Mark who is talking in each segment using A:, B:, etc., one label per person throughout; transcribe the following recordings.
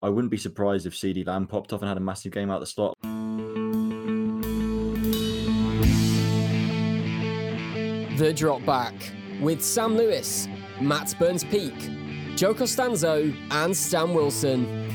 A: I wouldn't be surprised if CD Lamb popped off and had a massive game out the slot.
B: The Drop Back with Sam Lewis, Matt Burns Peak, Joe Costanzo, and Stan Wilson.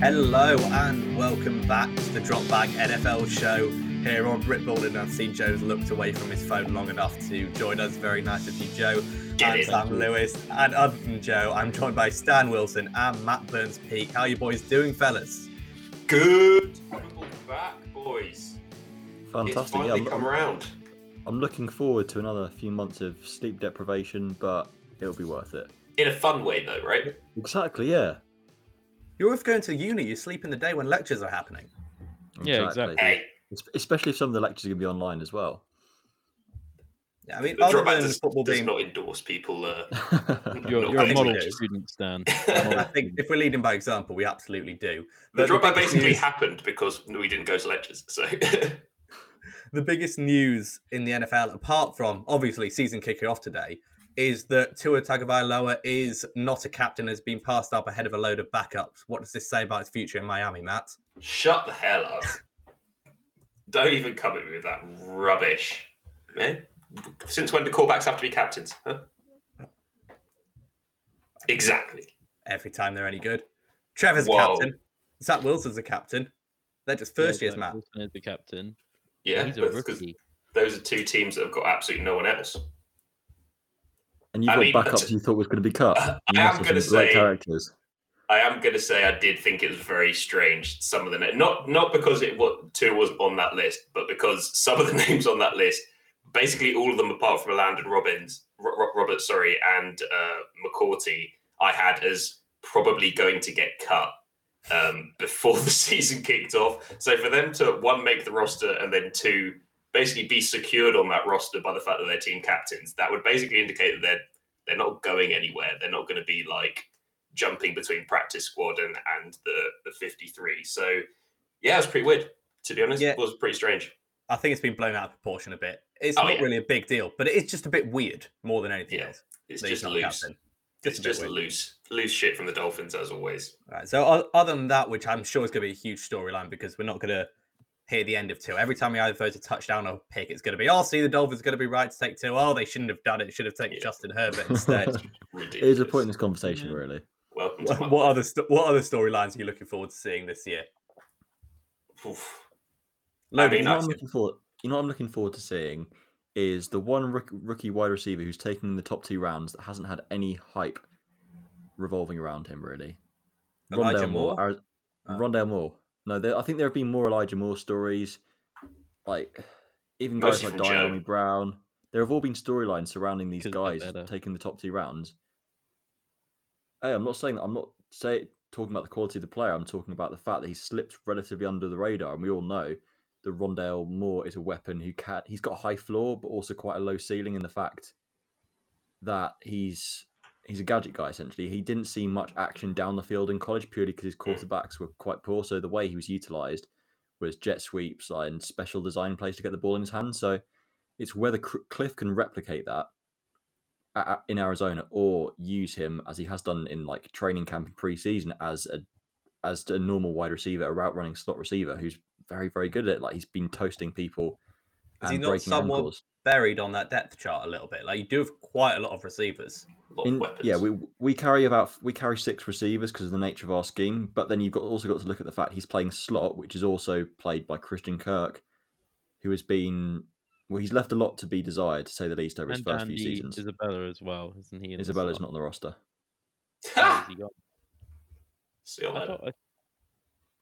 C: Hello and welcome back to the Drop Bag NFL show here on Rip Baldwin. I've seen Joe's looked away from his phone long enough to join us. Very nice of you, Joe.
D: Get
C: I'm
D: it.
C: Sam Lewis. And other than Joe, I'm joined by Stan Wilson and Matt Burns Peak. How you boys doing, fellas?
D: Good. Football back, boys. It's
A: Fantastic. Yeah,
D: finally
A: I'm,
D: come around.
A: I'm looking forward to another few months of sleep deprivation, but it'll be worth it.
D: In a fun way, though, right?
A: Exactly, yeah.
C: You're both going to uni. You sleep in the day when lectures are happening.
E: Yeah,
D: Hey,
A: Es- Especially if some of the lectures are going to be online as well.
C: I mean,
D: the
C: other
D: drop back
C: than
D: does,
C: football
D: does
C: being,
D: not endorse people. Uh,
E: You're,
D: No,
E: you're
D: I
E: a
D: think we
E: model
C: do.
E: student, Stan.
C: I think if we're leading by example, we absolutely do.
D: the
C: But
D: drop back
C: big
D: basically
C: news-
D: happened because we didn't go to lectures. So
C: the biggest news in the NFL, apart from obviously season kicking off today, is that Tua Tagovailoa is not a captain, has been passed up ahead of a load of backups. What does this say about his future in Miami, Matt?
D: shut the hell up. Don't even come at me with that rubbish, man. Since when do callbacks have to be captains? Huh? Exactly.
C: Every time they're any good, Trevor's a
D: Whoa.
C: captain. Zach Wilson's a captain. They're just first
E: Yeah,
C: years, Matt.
E: Wilson is the captain.
D: Yeah,
E: He's a
D: that's 'cause
E: rookie.
D: those are two teams that have got absolutely no one else.
A: and you've
D: I
A: got
D: mean,
A: backups
D: that's-
A: you thought was going to be cut.
D: I
A: You
D: am
A: must have
D: gonna
A: some great
D: say-
A: characters.
D: I am going to say I did think it was very strange. Some of the na- not not because it what two was on that list, but because some of the names on that list, basically all of them apart from Landon Robbins, Ro- Ro- Robert, sorry, and uh, McCourty, I had as probably going to get cut um, before the season kicked off. So for them to one make the roster and then two basically be secured on that roster by the fact that they're team captains, that would basically indicate that they're they're not going anywhere. They're not going to be like jumping between practice squad and, and the, the 53. So, yeah, it was pretty weird, to be honest.
C: Yeah.
D: It was pretty strange.
C: I think it's been blown out of proportion a bit. It's
D: Oh,
C: not
D: yeah.
C: really a big deal, but it is just a bit weird more than anything
D: Yeah,
C: else.
D: It's
C: that he's
D: just
C: not
D: loose.
C: captain.
D: It's
C: a bit
D: just
C: weird.
D: loose. Loose shit from the Dolphins, as always.
C: Right. So o- other than that, which I'm sure is going to be a huge storyline because we're not going to hear the end of two. Every time we either vote a touchdown or pick, it's going to be, oh, see, the Dolphins going to be right to take two. Oh, they shouldn't have done it. Should have taken
D: Yeah.
C: Justin Herbert instead.
A: It
D: Ridiculous.
A: is a pointless conversation, really.
D: Welcome to
C: what,
D: my...
C: what other st- what other storylines are you looking forward to seeing this year?
D: Oof.
C: Logan
D: mean,
A: You know, what
C: Thomas.
A: I'm looking forward, you know what I'm looking forward to seeing is the one rook, rookie wide receiver who's taken the top two rounds that hasn't had any hype revolving around him, really.
C: Elijah
A: Rondale
C: Moore?
A: Ari-
D: Uh.
C: Oh.
A: Rondale Moore. No, there, I think there have been more Elijah Moore stories. Like, even guys like
D: Mostly from Joe.
A: Diami Brown. There have all been storylines surrounding these
E: Because they're
A: guys
E: better.
A: taking the top two rounds. Hey, I'm not saying that. I'm not say, talking about the quality of the player. I'm talking about the fact that he slipped relatively under the radar. And we all know that Rondale Moore is a weapon who can. He's got a high floor, but also quite a low ceiling in the fact that he's he's a gadget guy essentially. He didn't see much action down the field in college purely because his quarterbacks were quite poor. So the way he was utilized was jet sweeps and special design plays to get the ball in his hand. So it's whether Cr- Cliff can replicate that a- a- in Arizona or use him as he has done in like training camp and preseason as a as a normal wide receiver, a route running slot receiver who's very very good at it. Like he's been toasting people.
C: Is he
A: and
C: not
A: breaking
C: somewhat
A: ankles.
C: Buried on that depth chart a little bit. Like you do have quite a lot of receivers.
D: A lot of
A: In-
D: weapons.
A: yeah, we we carry about we carry six receivers because of the nature of our scheme. But then you've got also got to look at the fact he's playing slot, which is also played by Christian Kirk, who has been well, he's left a lot to be desired to say the least over his
E: And
A: first
E: Andy
A: few seasons.
E: Isabella as well, isn't he? in the
A: Isabella's not
E: slot?
A: on the roster.
E: Oh, is he gone?
D: See you
E: I,
D: later.
E: thought I-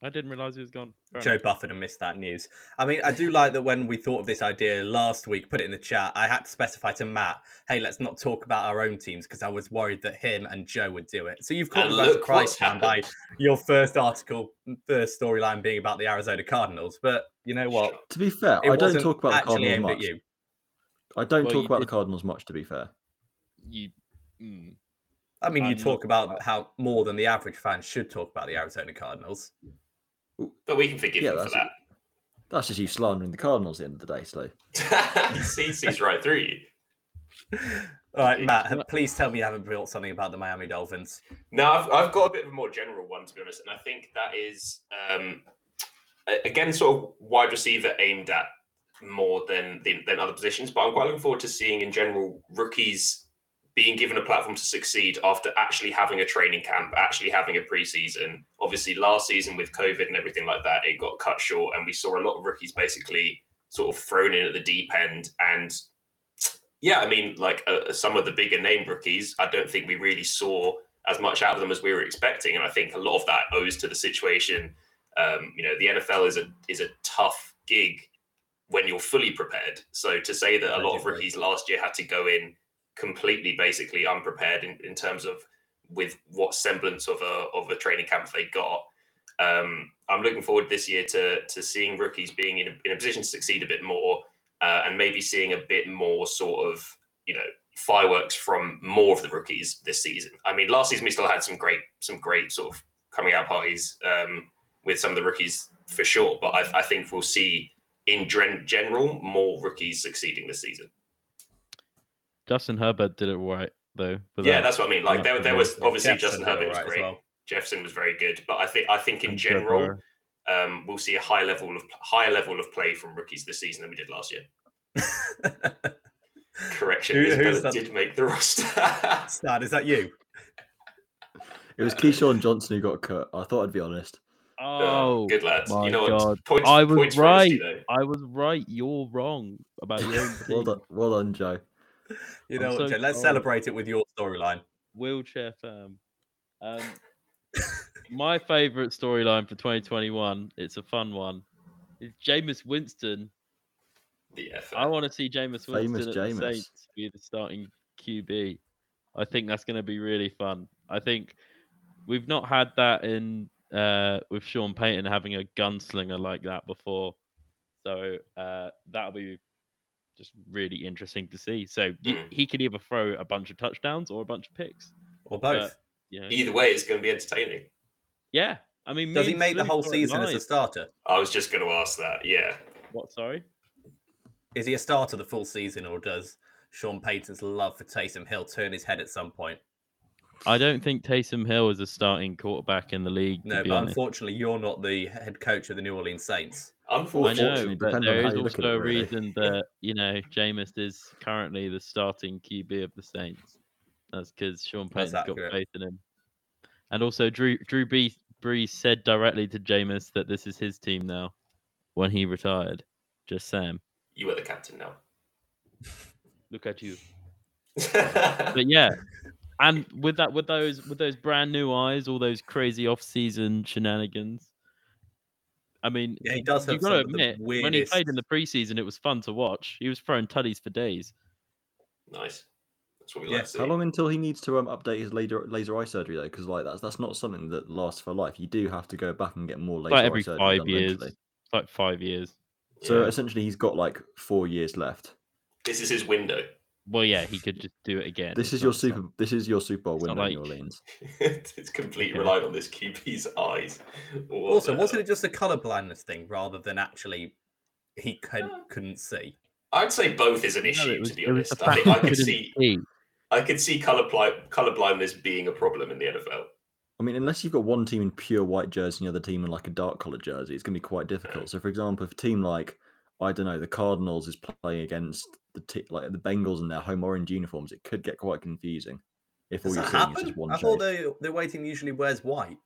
E: I didn't realize he was gone. Fair
C: Joe
E: enough.
C: Buffett and missed that news. I mean, I do like that when we thought of this idea last week, put it in the chat, I had to specify to Matt, hey, let's not talk about our own teams because I was worried that him and Joe would do it. So you've caught
D: And
C: me by
D: look what's
C: surprise Sam, by your first article, first storyline being about the Arizona Cardinals. But you know what?
A: To be fair,
C: It
A: I don't
C: wasn't
A: talk about the
C: actually
A: Cardinals
C: aimed at
A: much.
C: you.
A: I don't
E: Well,
A: talk
E: you
A: about
E: did-
A: the Cardinals much. To be fair,
E: You, mm,
C: I mean, you
E: I'm not-
C: talk about how more than the average fan should talk about the Arizona Cardinals.
D: But we can forgive
A: Yeah,
D: him for
A: that's- that's just you slandering the Cardinals at the end of the day. So
D: that. he sees he's right through you.
C: All right, Matt, please tell me you haven't built something about the Miami Dolphins.
D: Now I've, I've got a bit of a more general one to be honest, and I think that is um, a- again sort of wide receiver aimed at more than than than other positions. But I'm quite looking forward to seeing in general rookies being given a platform to succeed after actually having a training camp, actually having a preseason. Obviously, last season with COVID and everything like that, it got cut short, and we saw a lot of rookies basically sort of thrown in at the deep end and yeah, I mean, like uh, some of the bigger name rookies, I don't think we really saw as much out of them as we were expecting, and I think a lot of that owes to the situation. Um, you know, the NFL is a is a tough gig when you're fully prepared. So to say that a lot of
C: Agreed.
D: rookies last year had to go in completely, basically unprepared in, in terms of with what semblance of a of a training camp they got. Um, I'm looking forward this year to to seeing rookies being in a, in a position to succeed a bit more uh, and maybe seeing a bit more sort of you know fireworks from more of the rookies this season. I mean, last season we still had some great some great sort of coming out parties um, with some of the rookies for sure, but I, I think we'll see in gen- general more rookies succeeding this season.
E: Justin Herbert did it right though. for
D: yeah,
E: that.
D: that's what I mean. Like there, there was obviously
C: Jefferson
D: Justin
C: did all
D: Herbert was
C: right as
D: great.
C: well.
D: Jefferson was very good, but I think I think in
E: And
D: general
E: Trevor.
D: um, we'll see a high level of higher level of play from rookies this season than we did last year. Correction,
C: Who- who's
D: Isabella
C: that?
D: did make the roster.
C: Stan, is that you?
A: It was Keyshawn Johnson who got cut. I thought I'd be honest.
E: Oh,
D: good lads.
E: my
D: You know
E: God.
D: what? Points,
E: I was
D: points for honesty,
E: right.
D: though.
E: I was right. You're wrong about your own
A: Well
E: team.
A: done, well done, Joe.
C: You
E: I'm
C: know, what,
E: so
C: Joe, let's
E: sorry.
C: celebrate it with your storyline.
E: wheelchair firm. Um, my favorite storyline for 2021. It's a fun one. Is Jameis Winston?
D: Yeah, fair.
E: I want to see Jameis Winston
A: Famous
E: at
A: Jameis.
E: the Saints be the starting QB. I think that's going to be really fun. I think we've not had that in uh, with Sean Payton having a gunslinger like that before, so uh, that'll be just really interesting to see. So y-
D: Mm.
E: he could either throw a bunch of touchdowns or a bunch of picks.
C: Or both.
E: You know?
D: Either way, it's going to be entertaining.
E: Yeah, I mean,
C: Does he
E: me and
C: make the
E: Smitty
C: whole
E: saw it
C: season as a
E: live.
C: starter?
D: I was just going to ask that. Yeah,
E: What? Sorry.
C: Is he a starter the full season, or does Sean Payton's love for Taysom Hill turn his head at some point?
E: I don't think Taysom Hill is a starting quarterback in the league.
C: No,
E: to be
C: but
E: honest.
C: unfortunately, you're not the head coach of the New Orleans Saints.
E: I know,
A: Unfortunately,
E: but
A: depending on
E: there
A: how
E: is
A: you look at
E: also
A: it,
E: a
A: really.
E: reason that you know Jameis is currently the starting QB of the Saints. That's because Sean
C: That's
E: Payton's got
C: accurate.
E: faith in him, and also Drew Drew B, Brees said directly to Jameis that this is his team now when he retired. Just Sam,
D: you are the captain now.
E: look at you.
D: yeah,
E: but yeah, and with that, with those, with those brand new eyes, all those crazy off-season shenanigans. I mean,
C: Yeah, he does
E: you
C: have
E: got to
C: some of the
E: admit,
C: weirdest.
E: when he played in the preseason, it was fun to watch. He was throwing tutties for days.
D: nice. That's what we
C: Yeah,
D: like to see.
A: How long until he needs to um, update his laser laser eye surgery though? Because like that's that's not something that lasts for life. You do have to go back and get more laser
E: Like
A: eye
E: every
A: surgery
E: five
A: done
E: years.
A: eventually.
E: It's like five years.
A: So
D: Yeah.
A: essentially, he's got like four years left.
D: this is his window.
E: Well, yeah, he could just do it again.
A: This
E: It's
A: is your
E: not- it's not-
A: super. This is your Super Bowl
E: it's not
A: window, New
E: like-
A: Orleans.
D: it's completely
E: Okay.
D: reliant on this QB's eyes. What
C: Also,
D: the
C: wasn't
D: hell?
C: it just a color blindness thing rather than actually he could,
A: Ah.
C: couldn't see?
D: I'd say both is an
E: No,
D: issue.
E: it was-
D: to be
E: it was
D: honest,
E: the
D: I, think
E: fact
D: I
E: he
D: could
E: couldn't
D: see I could see color blindness being a problem in the NFL.
A: I mean, unless you've got one team in pure white jersey and the other team in like a dark colored jersey, it's going to be quite difficult. So, for example, if a team like I don't know, the Cardinals is playing against the t- like the Bengals in their home orange uniforms, it could get quite confusing. If all
C: Does
A: you're
C: that
A: seeing is
C: happen?
A: just one
C: I
A: shade.
C: thought the, the away team usually wears white.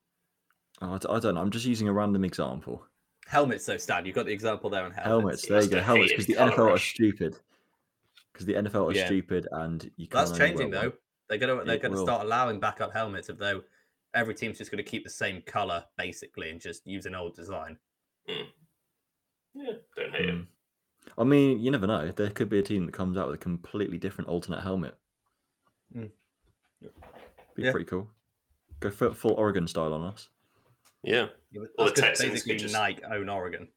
A: Oh, I, d- I don't know. I'm just using a random example.
C: Helmets, though, Stan. You got the example there on
A: Helmets.
C: helmets.
A: There you
D: yes,
A: go.
D: they
A: Helmets because
D: hated
A: the
D: colour
A: NFL are
D: rush.
A: stupid. Because the NFL are
C: Yeah.
A: stupid, and you can't.
C: That's
A: only wear
C: changing
A: one.
C: though. They're gonna they're
A: It
C: gonna
A: will.
C: start allowing backup helmets, although every team's just gonna keep the same color basically and just use an old design.
D: Yeah, don't hate
A: Mm. I mean, you never know. There could be a team that comes out with a completely different alternate helmet.
C: Mm.
A: Be
C: Yeah.
A: pretty cool. Go full, full Oregon style on us.
D: Yeah,
C: Yeah, but
D: Well,
C: that's
D: the
C: 'cause
D: Texans could
C: basically
D: just-
C: Nike own Oregon.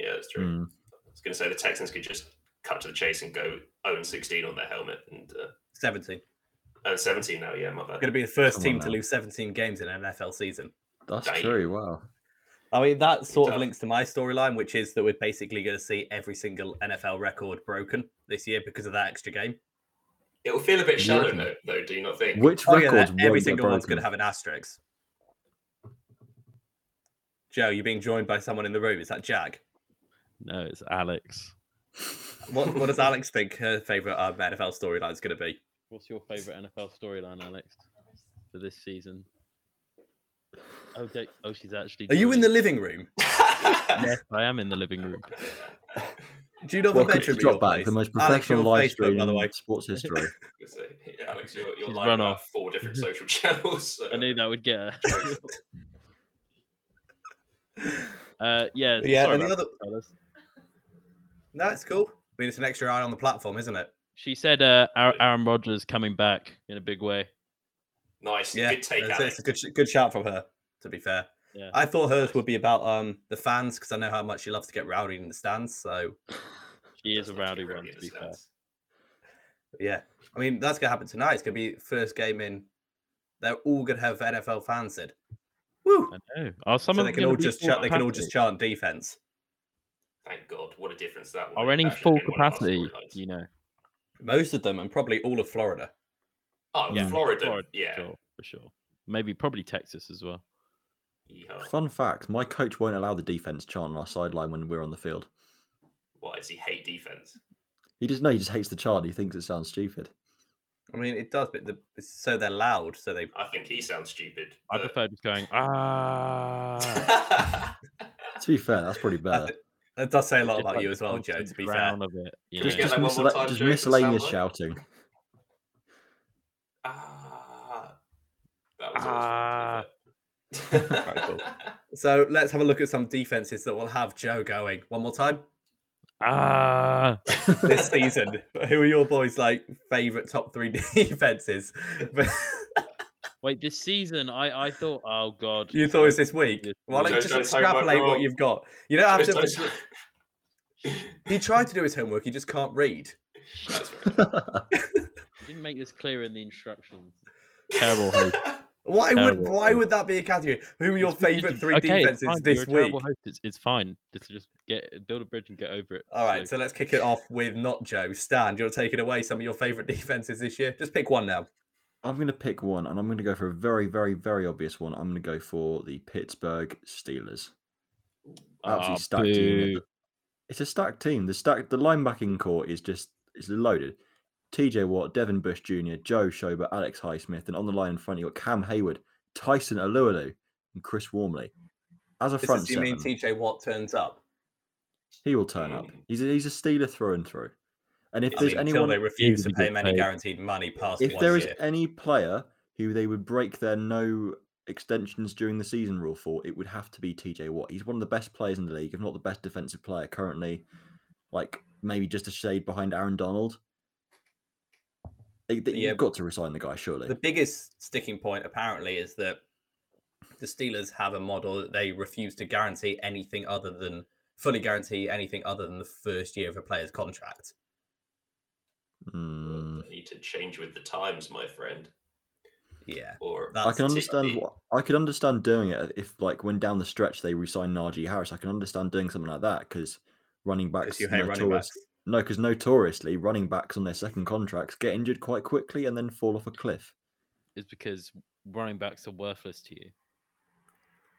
D: yeah, that's true.
A: Mm.
D: I was going to say the Texans could just cut to the chase and go 0 16 on their helmet and uh,
C: Seventeen.
D: oh, 17 now. Yeah, my bad.
C: Gonna be the first
A: Come on
C: team to
A: now.
C: lose seventeen games in an NFL season.
A: That's
D: Dang.
A: true. Wow.
C: I mean that sort of
D: tough.
C: links to my storyline, which is that we're basically gonna see every single NFL record broken this year because of that extra game.
D: It will feel a bit
A: Yeah.
D: shallow though, though, do you not think?
A: Which
C: Oh, yeah,
A: records?
C: that- every
A: won't get
C: single one's
A: broken?
C: going to have an asterisk. Joe, you're being joined by someone in the room. Is that Jag?
E: No, it's Alex.
C: What, what does Alex think her favourite um, NFL storyline is going to be?
E: What's your favorite NFL storyline, Alex, for this season? Oh, da- oh, she's actually.
C: Are you in the living
E: joining.
C: room?
E: Yes, I am in the living room.
C: Do you know what
A: Welcome
C: bedroom
A: to
C: your
A: Drop Back,
C: place?
A: the most
C: Alex, you're
A: professional
C: on
A: live
C: Facebook,
A: stream
C: by the way.
A: in sports history.
D: So, yeah, Alex, you're, you're
E: She's
D: live on
E: run
D: about
E: off.
D: four different social channels. So.
E: I knew that would get her. uh, yeah.
C: Yeah,
E: sorry
C: and the
E: about
C: other-
E: that, fellas.
C: That's cool. I mean, it's an extra eye on the platform, isn't it?
E: She said uh, Ar- Aaron Rodgers coming back in a big way.
D: Nice.
C: Yeah,
D: Good take,
C: that's it.
D: Alex.
C: it's a good, sh- good shout from her. To be fair,
E: Yeah.
C: I thought hers would be about um the fans because I know how much she loves to get rowdy in the stands. So
E: She is a
D: That's not
E: rowdy
D: too
E: one,
D: rowdy
E: to
D: in
E: be
D: a
E: fair.
D: sense.
C: yeah, I mean that's gonna happen tonight. It's gonna be first game in. They're all gonna have NFL fans in. Woo!
E: I know. Are some
C: so
E: of
C: they
E: them
C: can
E: gonna
C: all
E: be
C: just
E: full
C: chant, they can all just
E: capacity?
C: chant defense.
D: Thank God. What a difference that would
E: Are
D: make.
E: any
D: That should
E: full
D: have been one of our
E: capacity?
D: storylines.
E: do You know.
C: Most of them, and probably all of Florida.
D: Oh,
E: Yeah.
D: Florida.
E: Florida,
D: Yeah.
E: Sure, for sure. Maybe probably Texas as well.
D: Yeehaw.
A: Fun fact: My coach won't allow the defense chant on our sideline when we're on the field.
D: Why does he hate defense?
A: He just no, he just hates the chant. He thinks it sounds stupid.
C: I mean, it does, but the, it's so they're loud, so they
D: I think he sounds stupid.
E: I
D: but-
E: prefer just going ah.
A: To be fair, that's probably better.
C: That, that does say a lot
E: Just
C: about
E: like
C: you
E: the
C: as well, Joe.
E: constant
C: To be fair,
E: ground of it, you
A: Just,
E: know.
D: get
A: just,
D: that one
A: miscella-
D: more time,
A: just
D: Joe, for the
A: miscellaneous
D: soundbite?
A: shouting.
D: ah, that was
E: Ah.
D: always fun, wasn't
C: Right, cool.
D: it?
C: so let's have a look at some defenses that will have Joe going one more time
E: ah.
C: this season. Who are your boys' like favorite top three defenses?
E: Wait, this season I I thought oh god.
C: you thought it was this week.
E: This
C: Well,
E: week.
C: like,
D: Joe's
C: just
D: done his homework
C: extrapolate what
D: wrong.
C: you've got. You don't have
D: Just don't
C: to.
D: say-
C: He tried to do his homework. He just can't read.
D: That's fair.
E: I didn't make this clear in the instructions. Terrible host.
C: Why would
E: Terrible.
C: why would that be a category? Who are your
E: It's because you
C: favorite
E: just-
C: three
E: okay, it's
C: defenses
E: fine, you're
C: this
E: a terrible
C: week?
E: host, It's, it's fine. Just just get build a bridge and get over it.
C: All right,
E: So,
C: so let's kick it off with not Joe. Stan, you're taking away some of your favorite defenses this year. Just pick one now.
A: I'm going to pick one, and I'm going to go for a very, very, very obvious one. I'm going to go for the Pittsburgh Steelers. Absolutely
E: ah,
A: stacked team.
E: boo.
A: It's a stacked team. The stack, the linebacking core is just is loaded. T.J. Watt, Devin Bush Jr., Joe Schober, Alex Highsmith, and on the line in front you have got Cam Hayward, Tyson Alualu, and Chris Warmley. As a
C: This
A: front
C: is you mean
A: seven,
C: TJ Watt turns up.
A: he will turn up.
D: Mm.
A: He's a, he's a Steeler through and through. And if
C: I
A: there's
C: mean, until
A: anyone
C: they refuse to
E: easily
C: pay
E: get
C: him any
E: paid.
C: guaranteed money past
A: if
C: one
A: there is
C: year.
A: any player who they would break their no extensions during the season rule for, it would have to be TJ Watt. He's one of the best players in the league, if not the best defensive player currently, like maybe just a shade behind Aaron Donald. They- they-
C: Yeah,
A: You've got to resign the guy, surely.
C: The biggest sticking point apparently is that the Steelers have a model that they refuse to guarantee anything other than fully guarantee anything other than the first year of a player's contract.
A: Mm, Hmm.
D: You need to change with the times, my friend.
C: Yeah.
D: Or
C: That's-
A: I can understand.
D: particularly-
A: What, I could understand doing it if, like, when down the stretch they resign Najee Harris. I can understand doing something like that because running backs
C: Because you hate running
A: notorious-
C: backs.
A: No, because notoriously, running backs on their second contracts get injured quite quickly and then fall off a cliff.
E: It's because running backs are worthless to you.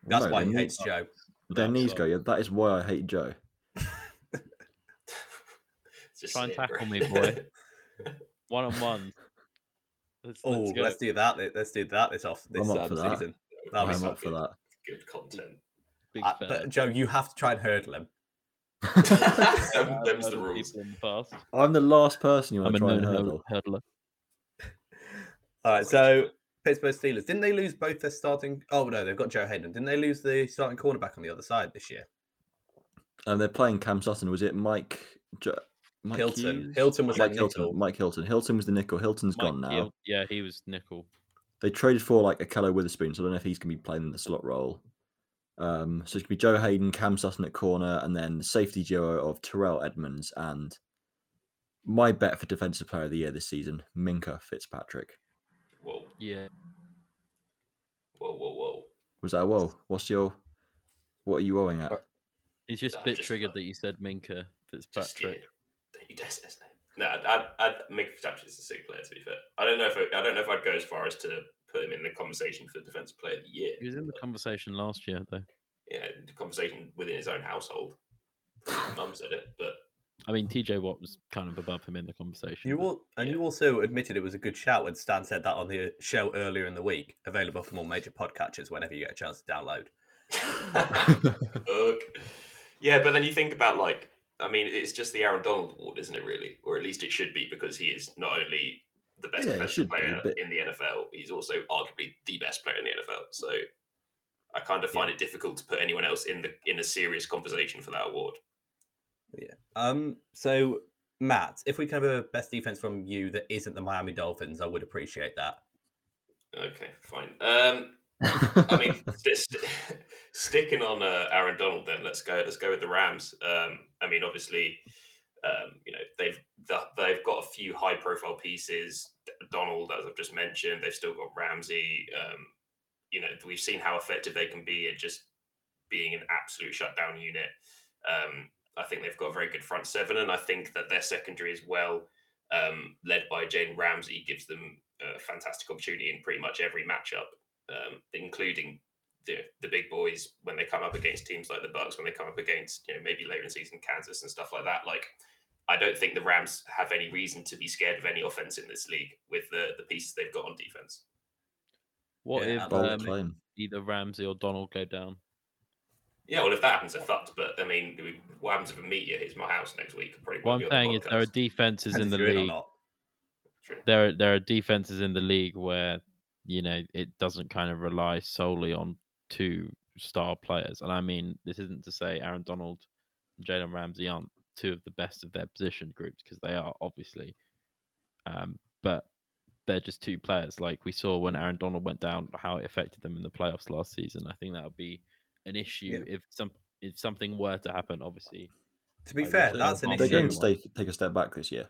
A: Well,
C: That's
A: no,
C: why
A: their
C: he
A: knee-
C: hates Joe.
A: Their
E: That's
A: knees
E: why.
A: go. Yeah, that is why I hate Joe.
D: Just
E: Try and
D: say it,
E: tackle
D: bro.
E: me, boy. One on one. Let's,
C: Oh,
E: let's
C: let's,
E: go.
C: do that. thi- Let's do that this off this
A: up
C: um,
A: for that.
C: season. That'll be
A: I'm
C: so
A: up for
D: good.
A: that.
D: Good content.
E: Big
C: Uh,
E: fan.
C: but Joe, you have to try and hurdle him.
D: Them-
E: I've
D: Them's the
E: hurdled
D: rules.
E: Uh, people in the past.
A: I'm the last person you
E: I'm
A: want
E: a
A: to try
E: known
A: and
E: hurdler.
A: hurdle.
E: hurdler.
C: All right, so Pittsburgh Steelers. Didn't they lose both their starting? Oh no, they've got Joe Hayden. Didn't they lose the starting cornerback on the other side this year?
A: And they're playing Cam Sutton. Was it Mike? Jo- Mike
C: Hilton.
A: Hughes?
C: Hilton was
A: Mike
C: like
A: Hilton.
C: nickel.
A: Mike Hilton. Hilton was the nickel. Hilton's
E: Mike
A: gone now.
E: Gill- yeah, he was nickel.
A: They traded for like Akello Witherspoon, so I don't know if he's going to be playing in the slot role. Um, so it's going to be Joe Hayden, Cam Sutton at corner, and then the safety duo of Terrell Edmonds and my bet for defensive player of the year this season, Minka Fitzpatrick.
D: Whoa,
E: Yeah.
D: whoa, whoa, whoa.
A: Was that whoa? What's your? What are you owing at?
E: He's just a
D: Nah,
E: bit
D: just
E: triggered
D: like-
E: that you said Minka
D: Just,
E: Fitzpatrick.
D: yeah, don't you dare say his name. No, I'd, I'd, I'd make Verstappen as a sick player. To be fair, I don't know if I, I don't know if I'd go as far as to put him in the conversation for defensive player of the year.
E: He was in the conversation last year, though.
D: Yeah, the conversation within his own household. Mum said it, but
E: I mean, TJ Watt was kind of above him in the conversation.
C: You
E: but-
C: all and you also admitted it was a good shout when Stan said that on the uh, show earlier in the week. Available from all major podcatchers whenever you get a chance to download.
D: Ugh. Yeah, but then you think about like, I mean, it's just the Aaron Donald Award, isn't it? Really, or at least it should be because he is not only the best
A: Yeah, it
D: defensive
A: should be,
D: player
A: but-
D: in the NFL, he's also arguably the best player in the NFL. So I kind of find it difficult to put anyone else in the in a serious conversation for that award.
C: Um, so Matt, if we can have a best defense from you that isn't the Miami Dolphins, I would appreciate that.
D: Okay, fine. Um, I mean, st- st- sticking on uh, Aaron Donald, then let's go. Let's go with the Rams. Um, I mean, obviously, um, you know they've th- they've got a few high profile pieces. D- Donald, as I've just mentioned, they've still got Ramsey. Um, you know, we've seen how effective they can be at just being an absolute shutdown unit. Um, I think they've got a very good front seven, and I think that their secondary as well, um, led by Jane Ramsey, gives them a fantastic opportunity in pretty much every matchup um, including the, the big boys when they come up against teams like the Bucks, when they come up against you know maybe later in the season Kansas and stuff like that. Like, I don't think the Rams have any reason to be scared of any offense in this league with the the pieces they've got on defense.
E: what
C: Yeah,
E: if
A: Bold
E: um,
A: claim.
E: either Ramsey or Donald go down?
D: Yeah, well, if that happens, they're fucked. But I mean, we- what happens if a meteor hits my house next week? Probably
E: What
D: won't
E: I'm
D: be on
E: saying is there are
D: podcast.
E: defenses in
C: Depends
E: the
C: if you're or
E: league.
C: not.
D: True.
E: There are there are defenses in the league where you know it doesn't kind of rely solely on two star players. And I mean, this isn't to say Aaron Donald and Jalen Ramsey aren't two of the best of their position groups because they are obviously, um, but they're just two players. Like we saw when Aaron Donald went down, how it affected them in the playoffs last season. I think that would be an issue if some if something were to happen. Obviously,
C: To be
E: I
C: fair,
E: wish they
C: that's an
E: were
A: They're
E: Obviously,
A: going
C: issue.
A: to
E: everyone-
A: take, take a step back this year.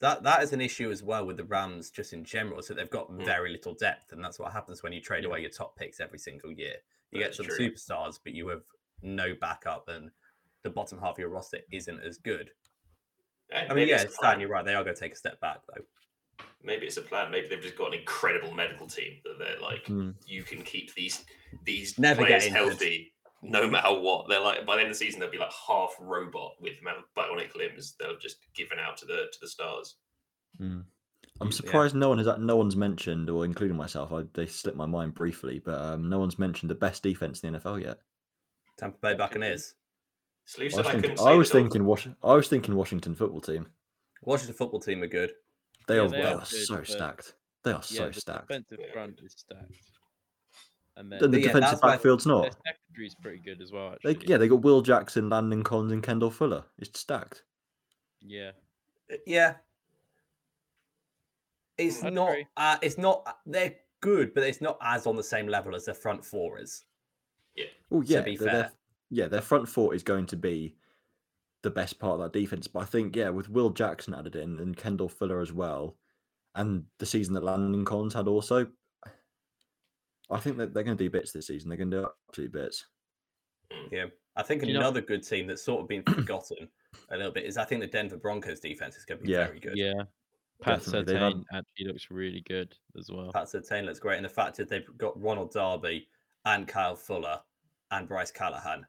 C: That that is an issue as well with the Rams just in general. So they've got
D: Mm.
C: very little depth, and that's what happens when you trade away your top picks every single year. You
D: That
C: get
D: is
C: some
D: true.
C: superstars, but you have no backup, and the bottom half of your roster isn't as good.
D: Yeah,
C: I mean,
D: maybe
C: yeah,
D: it's a plan.
C: Stan, you're right. They are going to take a step back, though.
D: Maybe it's a plan. Maybe they've just got an incredible medical team that they're like,
A: Hmm.
D: you can keep these these
C: Never get
D: players
C: injured.
D: healthy no matter what. They're like by the end of the season they'll be like half robot with the amount of bionic limbs they'll just given out to the to the stars.
A: Mm.
C: Yeah.
A: I'm surprised no one has no one's mentioned, or including myself, I, they slipped my mind briefly, but um, no one's mentioned the best defense in the NFL yet.
C: Tampa Bay Buccaneers.
D: Slew
A: I
D: said
A: was
D: I, couldn't.
A: thinking,
D: say
A: I was
D: the Dolphins.
A: thinking, Wash, I was thinking Washington football team.
C: Washington football team are good.
A: They
E: Yeah,
A: are
E: they
A: they
E: are
A: are,
E: good,
A: so
E: but-
A: stacked. They are so
E: yeah, the uh,
A: stacked.
E: defensive
D: Yeah.
E: front is stacked, and then
A: Then the
C: yeah,
A: defensive
C: that's why-
A: backfield's
E: Their
A: not.
E: secondary is pretty good as well.
A: They,
E: Actually.
A: yeah, they got Will Jackson, Landon Collins, and Kendall Fuller. It's stacked.
E: yeah.
C: Uh, Yeah, it's
E: I'd
C: not.
E: agree.
C: Uh, it's not. They're good, but it's not as on the same level as the front four is.
A: Oh yeah,
C: be
A: they're- they're-
C: fair.
A: yeah, their front four is going to be the best part of that defense. But I think yeah, with Will Jackson added in and Kendall Fuller as well, and the season that Landon Collins had also, I think that they're going to do bits this season. They're going to do absolute bits.
C: I think
E: Do you know-
C: another good team that's sort of been forgotten a little bit is I think the Denver Broncos defense is going to be
A: Yeah.
C: very good.
E: Yeah. Pat
A: Definitely, they've had-
E: Sertain actually looks really good as well.
C: Pat Sertain looks great, and the fact that they've got Ronald Darby and Kyle Fuller and Bryce Callahan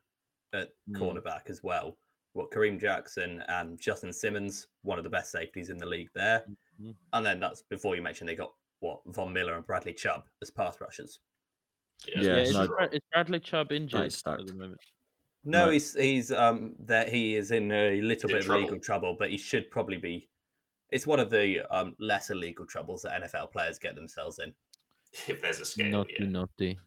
C: at
E: Mm.
C: cornerback as well. What Kareem Jackson and Justin Simmons, one of the best safeties in the league there.
E: Mhm.
C: And then that's before you mentioned they got what Von Miller and Bradley Chubb as pass rushers.
D: Yeah,
A: Yeah,
E: is,
A: it's no-
E: Brad- is Bradley Chubb injured at
A: stacked.
E: the moment?
C: No,
A: Right.
C: he's he's um that he is in a little
D: in
C: bit of legal
D: trouble.
C: trouble, but he should probably be. It's one of the um lesser legal troubles that NFL players get themselves in.
D: if there's a scale,
E: naughty,
D: yeah.
E: naughty.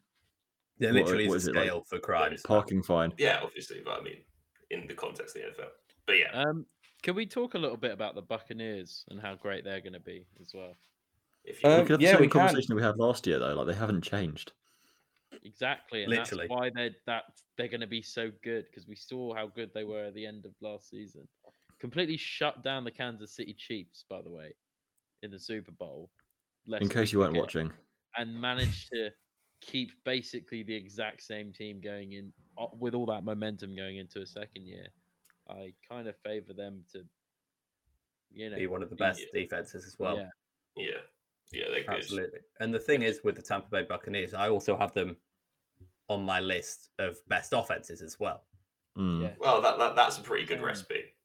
C: There
A: What-
C: literally
A: what
C: is
A: is
C: a
A: it, like,
C: scale for crimes.
A: Parking fine.
D: yeah, obviously, but I mean, in the context of the NFL. But yeah,
A: Uh,
E: Um, can we talk a little bit about the Buccaneers and how great they're going to be as well?
D: if you
A: We
C: Um,
A: could have
C: yeah,
A: the
C: we
A: same
C: can.
A: conversation we had last year though. Like they haven't changed.
E: Exactly, and
C: Literally.
E: that's why they're that they're going to be so good because we saw how good they were at the end of last season. Completely shut down the Kansas City Chiefs, by the way, in the Super Bowl. lest
A: In
E: we
A: case you weren't
E: forget.
A: watching,
E: and managed to keep basically the exact same team going in o- with all that momentum going into a second year. I kind of favor them to You know,
C: be one of the best
D: Yeah.
C: defenses as well.
E: Yeah.
D: Yeah, yeah, they're good.
C: Absolutely. And the thing is with the Tampa Bay Buccaneers, I also have them on my list of best offenses as well.
A: Mm.
E: Yeah.
D: Well, that, that that's a pretty good
E: Um,
D: recipe.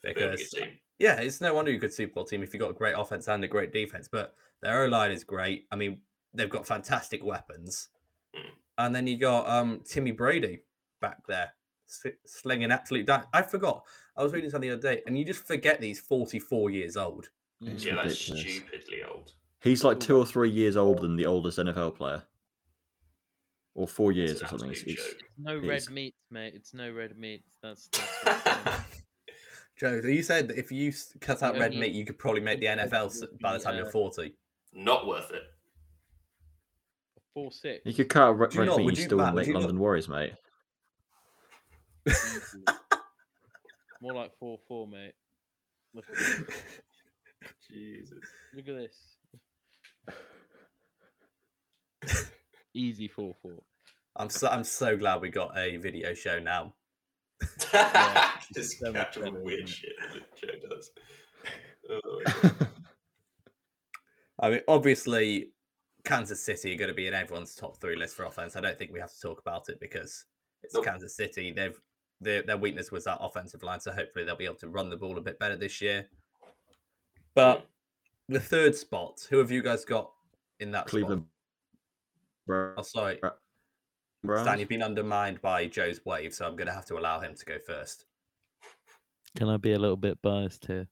D: for a good
C: Because
D: team.
C: yeah, it's no wonder you're a good Super Bowl team if you've got a great offense and a great defense. But their O line is great. I mean, they've got fantastic weapons.
D: Mm.
C: And then you got um, Timmy Brady back there sli- slinging absolute. Di- I forgot. I was reading something the other day, and you just forget that he's 44 years old.
E: Mm.
A: It's
D: Yeah, that's
A: ridiculous.
D: stupidly old.
A: He's like two or three years older than the oldest NFL player, or four years
D: It's
A: or
D: an
A: something. It's,
D: absolute
A: it's-
D: joke.
E: no
A: It
E: red
A: is.
E: meat, mate. It's no red meat. That's, that's what I'm saying.
C: Joe, you said that if you s- cut out
E: You
C: red
E: only-
C: meat, you could probably make the
E: you
C: NFL s-
E: would
C: by the
E: be,
C: time you're
E: uh,
C: 40.
D: Not worth it.
E: four six.
A: you could cut out red,
C: Do you
A: red
C: not-
A: meat,
C: would
A: you
C: you-
A: still wouldn't
C: Matt, would
A: make
C: you not-
A: London Warriors, mate.
E: easily. More like four four, mate. Look at this.
D: Jesus.
E: Look at this. Easy four four.
C: I'm so, I'm so glad we got a video show now.
E: Yeah,
D: Just
E: so much
D: catch all the
E: better,
D: weird
E: isn't
D: shit that Joe does. Oh,
C: I mean, obviously, Kansas City are going to be in everyone's top three list for offense. I don't think we have to talk about it because it's
D: Nope.
C: Kansas City. They've their their weakness was that offensive line, so hopefully they'll be able to run the ball a bit better this year. But the third spot, who have you guys got in that
A: Cleveland. Bra-
C: Spot? Oh, sorry,
A: Browns.
C: Stan, you've been undermined by Joe's wave, so I'm going to have to allow him to go first.
E: Can I be a little bit biased here?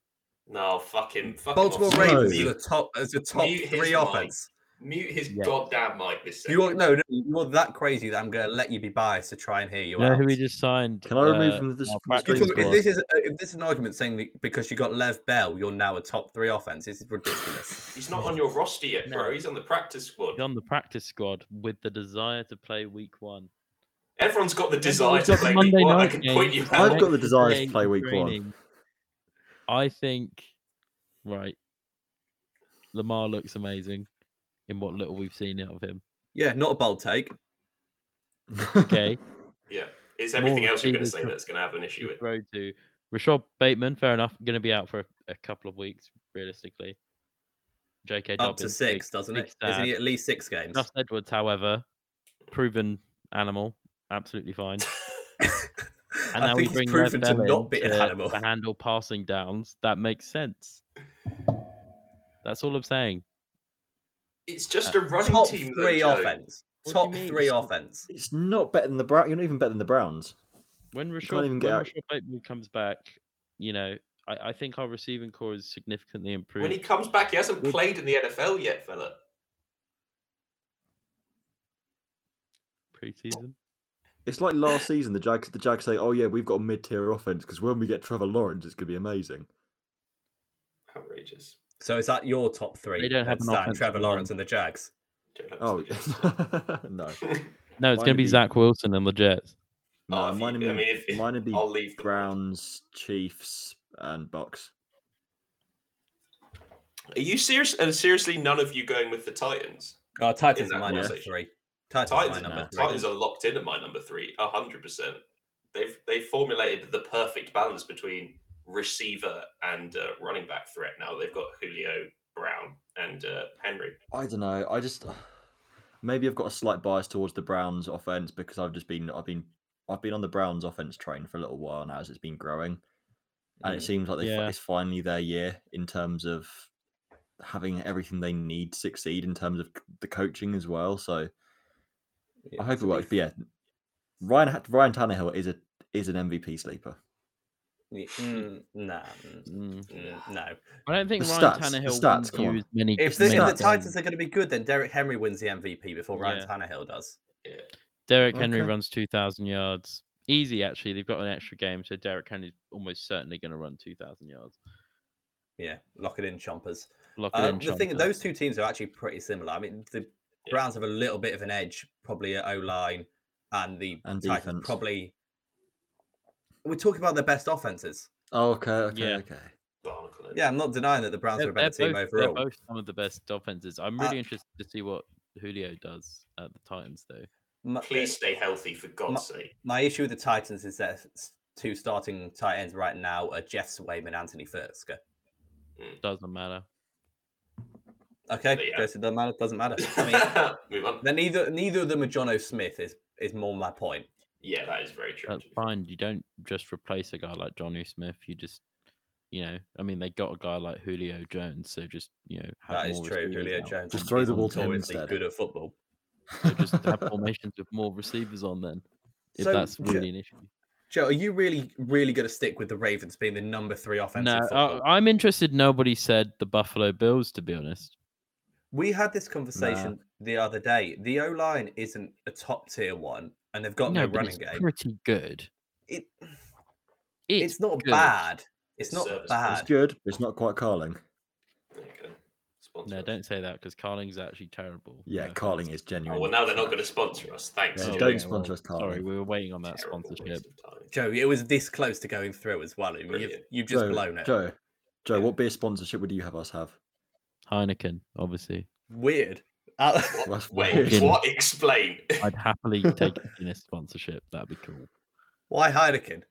D: no, fucking, fucking
C: Baltimore
A: No.
C: Ravens are
D: Mute,
C: the top as the top
D: Mute his
C: three
D: mic.
C: offense.
D: mute his
E: Yeah.
D: goddamn mic this second.
C: You are no, no, you're that crazy that I'm going to let you be biased to try and hear you
E: You know
C: out.
E: who we just signed?
A: Can I remove
E: Uh,
A: him from this?
E: our
A: from the
E: practice
A: screen
C: If
E: squad.
A: squad?
C: this is uh, if this is an argument saying that because you got Lev Bell, you're now a top three offense. This is ridiculous.
D: He's not on your roster yet,
E: No.
D: bro. He's on the practice squad.
E: He's on the practice squad with the desire to play week one.
D: Everyone's got the desire
E: Everyone's
D: to
E: got the
D: play
E: Monday
D: week one. I
E: night
D: can
E: game.
D: point you
E: I've
D: out.
A: I've got the
E: Next
A: desire to
E: game
A: play week one.
E: training. I think, right, Lamar looks amazing in what little we've seen out of him.
C: Yeah, not a bold take.
E: Okay,
D: Yeah, it's everything
E: More
D: else you're going to
E: receivers
D: say
E: for-
D: that's going to have an issue with.
E: throw to Rashad Bateman. Fair enough, going to be out for a, a couple of weeks realistically. J.K.
C: Up
E: Dobbins
C: to six, doesn't
E: big
C: it? Isn't
E: stab.
C: he at least six games?
E: Gus Edwards, however, proven animal, absolutely fine. And
C: I
E: now we
C: think he's
E: bring
C: proven to
E: Lev Bell in
C: not be an
E: to-
C: animal.
E: to handle passing downs. That makes sense. That's all I'm saying.
D: It's just
E: Uh,
D: a running
C: Top
D: team. though,
C: three
D: Joe.
C: offense.
E: What do you
C: Top
E: mean?
C: three offense.
A: It's not better than the Browns. You're not even better than the Browns.
E: When Rashad,
A: even
E: when
A: get out-
E: Rashad Bateman comes back, you know, I, I think our receiving core is significantly improved.
D: When he comes back, he hasn't played in the NFL yet, fella.
E: preseason.
A: It's like last season. The Jags, the Jags say, "Oh yeah, we've got a mid-tier offense because when we get Trevor Lawrence, it's going to be amazing."
D: Outrageous.
C: So is that your top three?
E: They don't have
C: then,
E: an
C: Stan,
E: offensive
C: Trevor
E: line.
C: Lawrence and the Jags.
D: Joe Lopez.
A: Oh no,
E: No, it's
A: Mine
E: going to
A: would
E: be
A: be-
E: Zach Wilson and the Jets.
A: no.
D: Oh, if
A: mine, would
D: you- I
A: be-
D: mean, if- if-
A: mine would be
D: I'll leave the
A: Browns, Chiefs, and Bucks.
D: Are you serious? And seriously, none of you going with the Titans?
C: Oh, Titans
D: that
C: are my number
D: conversation.
C: three. Titans, are my
D: Titans,
C: number
A: nah.
C: three.
D: Titans are locked in at my number three, a hundred percent. They've they formulated the perfect balance between receiver and uh, running back threat. Now they've got Julio Brown and uh, Henry.
A: I don't know. I just maybe I've got a slight bias towards the Browns offense because I've just been I've been I've been on the Browns offense train for a little while now as it's been growing, and it
C: Mm.
A: seems like they
E: Yeah.
A: it's finally their year in terms of having everything they need to succeed in terms of c- the coaching as well. So
C: Yeah,
A: I hope
C: to
A: it
C: be
A: works. But yeah, Ryan Ha- Ryan Tannehill is a is an MVP sleeper.
C: Yeah, mm, Nah, mm,
E: Mm.
C: mm, no.
E: I don't think
A: The
E: Ryan
A: stats, the
E: Tannehill
A: stats,
E: wins
A: come
E: you
A: on.
E: as many.
C: If the,
E: many
C: if the
A: Mason.
C: Titans are going to be good, then Derek Henry wins the MVP before Ryan
E: Yeah.
C: Tannehill does.
E: Derek Henry
A: Okay.
E: runs 2,000 yards. Easy, actually. They've got an extra game, so Derek Henry's almost certainly going to run 2,000 yards.
C: Yeah, lock it in, chompers.
E: Lock it
C: Um,
E: in,
C: the thing,
E: Chanta.
C: those two teams are actually pretty similar. I mean, the
D: Yeah.
C: Browns have a little bit of an edge, probably at O line, and the
A: And
C: Titans
A: defense.
C: probably. We're talking about their best offenses.
A: Oh, okay, okay,
E: Yeah.
A: okay.
D: Barnacle and-
C: Yeah, I'm not denying that the Browns are a better team
E: both,
C: overall.
E: They're both some of the best offenses. I'm
C: Uh,
E: really interested to see what Julio does at the Titans, though.
C: My,
D: Please stay healthy for God's sake.
C: my issue with the Titans is their s- two starting tight ends right now are Jeff Swaim and Anthony Fursker.
E: Doesn't matter.
C: Okay,
D: But yeah.
C: Joseph doesn't matter. Doesn't matter. I mean,
D: Move on.
C: then neither neither of them are John O. Smith is is more my point.
D: Yeah, that is very true.
E: That's fine. You don't just replace a guy like Johnny Smith. You just, you know, I mean, they got a guy like Julio Jones, so just you know, have
C: That is
E: more
C: true.
E: receivers
C: Julio
E: out.
C: Jones
A: Just throw
C: is
A: the ball to him
C: notoriously
A: instead.
C: good at football.
E: So just have formations with more receivers on then, if
C: So,
E: that's
C: Ju-
E: really an issue.
C: Joe, are you really really going to stick with the Ravens being the number three offense?
E: No,
C: in
E: I,
C: football?
E: I'm interested. Nobody said the Buffalo Bills, to be honest.
C: we had this conversation the other day. The O line isn't a top tier one, and they've got no,
E: but
C: running
E: it's
C: game.
E: pretty good.
C: It,
E: It's,
C: it's, not
E: good.
C: bad. It's
D: It's
C: not
D: serviceable. It's
A: It's
C: bad.
A: good, but it's not quite Carling.
D: There you go. Sponsor
E: No,
D: us.
E: don't say that because Carling's actually terrible.
A: Yeah,
E: No.
A: Carling is
D: Oh,
A: genuine.
D: well, now they're not going to sponsor us. Thanks.
A: Yeah,
D: Joe.
E: Oh,
A: don't
E: yeah,
A: sponsor
E: well,
A: us, Carling.
E: Sorry, we were waiting on that
D: Terrible
E: sponsorship.
D: waste of time.
C: Joe, it was this close to going through as well, and you've
D: Brilliant.
C: you've just
A: Joe,
C: blown it.
A: Joe, Joe, what beer sponsorship would you have us have?
E: Heineken, obviously.
C: Weird. Uh,
A: Well, that's
D: Wait,
E: Fucking-
D: what? Explain.
E: I'd happily take a Guinness sponsorship. That'd be cool.
C: why Heineken?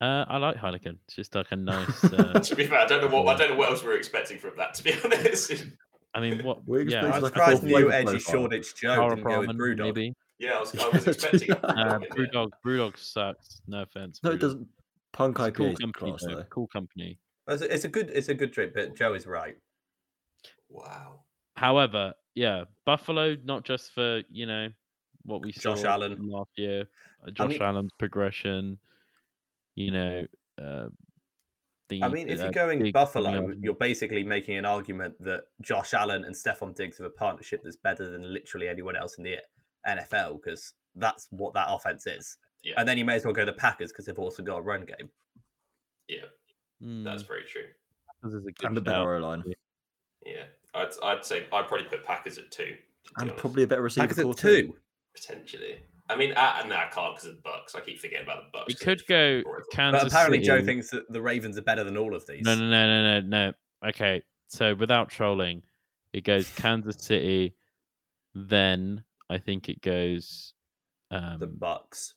E: Uh, I like Heineken. It's just like a nice. Uh,
D: to be fair, I don't know what I don't know what else we were expecting from that. To be honest,
E: I mean, what?
A: We're
E: yeah,
A: expecting
E: I-
C: I'm
A: like a
C: surprised
A: full
C: new
A: flavour
C: edgy
A: profile.
C: Shoreditch Joe
E: Cara
C: didn't go with
E: Brahman,
C: Brewdog.
E: maybe.
D: yeah, I was, I was expecting. it.
E: Uh,
D: Yeah.
E: Brewdog, Brewdog sucks. No offense.
A: No, it
E: Brewdog.
A: doesn't. Punk
E: It's a
A: IP
E: Cool
A: is
E: company,
A: class,
E: though.
A: though.
E: Cool company.
C: It's a, it's a good it's a good drink, but Joe is right.
D: Wow.
E: However, yeah, Buffalo, not just for you know what we saw
C: Josh Allen.
E: from last year, uh, Josh
C: mean-
E: Allen's progression. You know, uh, the,
C: I mean, if
E: uh,
C: you're going
E: big
C: Buffalo,
E: coming up-
C: you're basically making an argument that Josh Allen and Stephon Diggs have a partnership that's better than literally anyone else in the NFL because that's what that offense is.
D: Yeah.
C: And then you may as well go to Packers because they've also got a run game.
D: Yeah,
E: Mm,
D: that's very true.
E: this is a good
A: And a
E: shout.
A: better line.
D: Yeah, I'd, I'd say I'd probably put Packers at two. to be
A: And
D: honest,
A: probably a better receiver.
C: Packers at
A: quarter.
C: two.
D: potentially. I mean, uh, no, I can't because of the Bucks. I keep forgetting about the Bucks.
E: It
D: They're
E: could
D: just
E: go
D: horrible.
E: Kansas.
C: But apparently, Joe
E: City-
C: thinks that the Ravens are better than all of these.
E: No, no, no, no, no, no. Okay, so without trolling, it goes Kansas City, then I think it goes. Um,
C: The Bucks.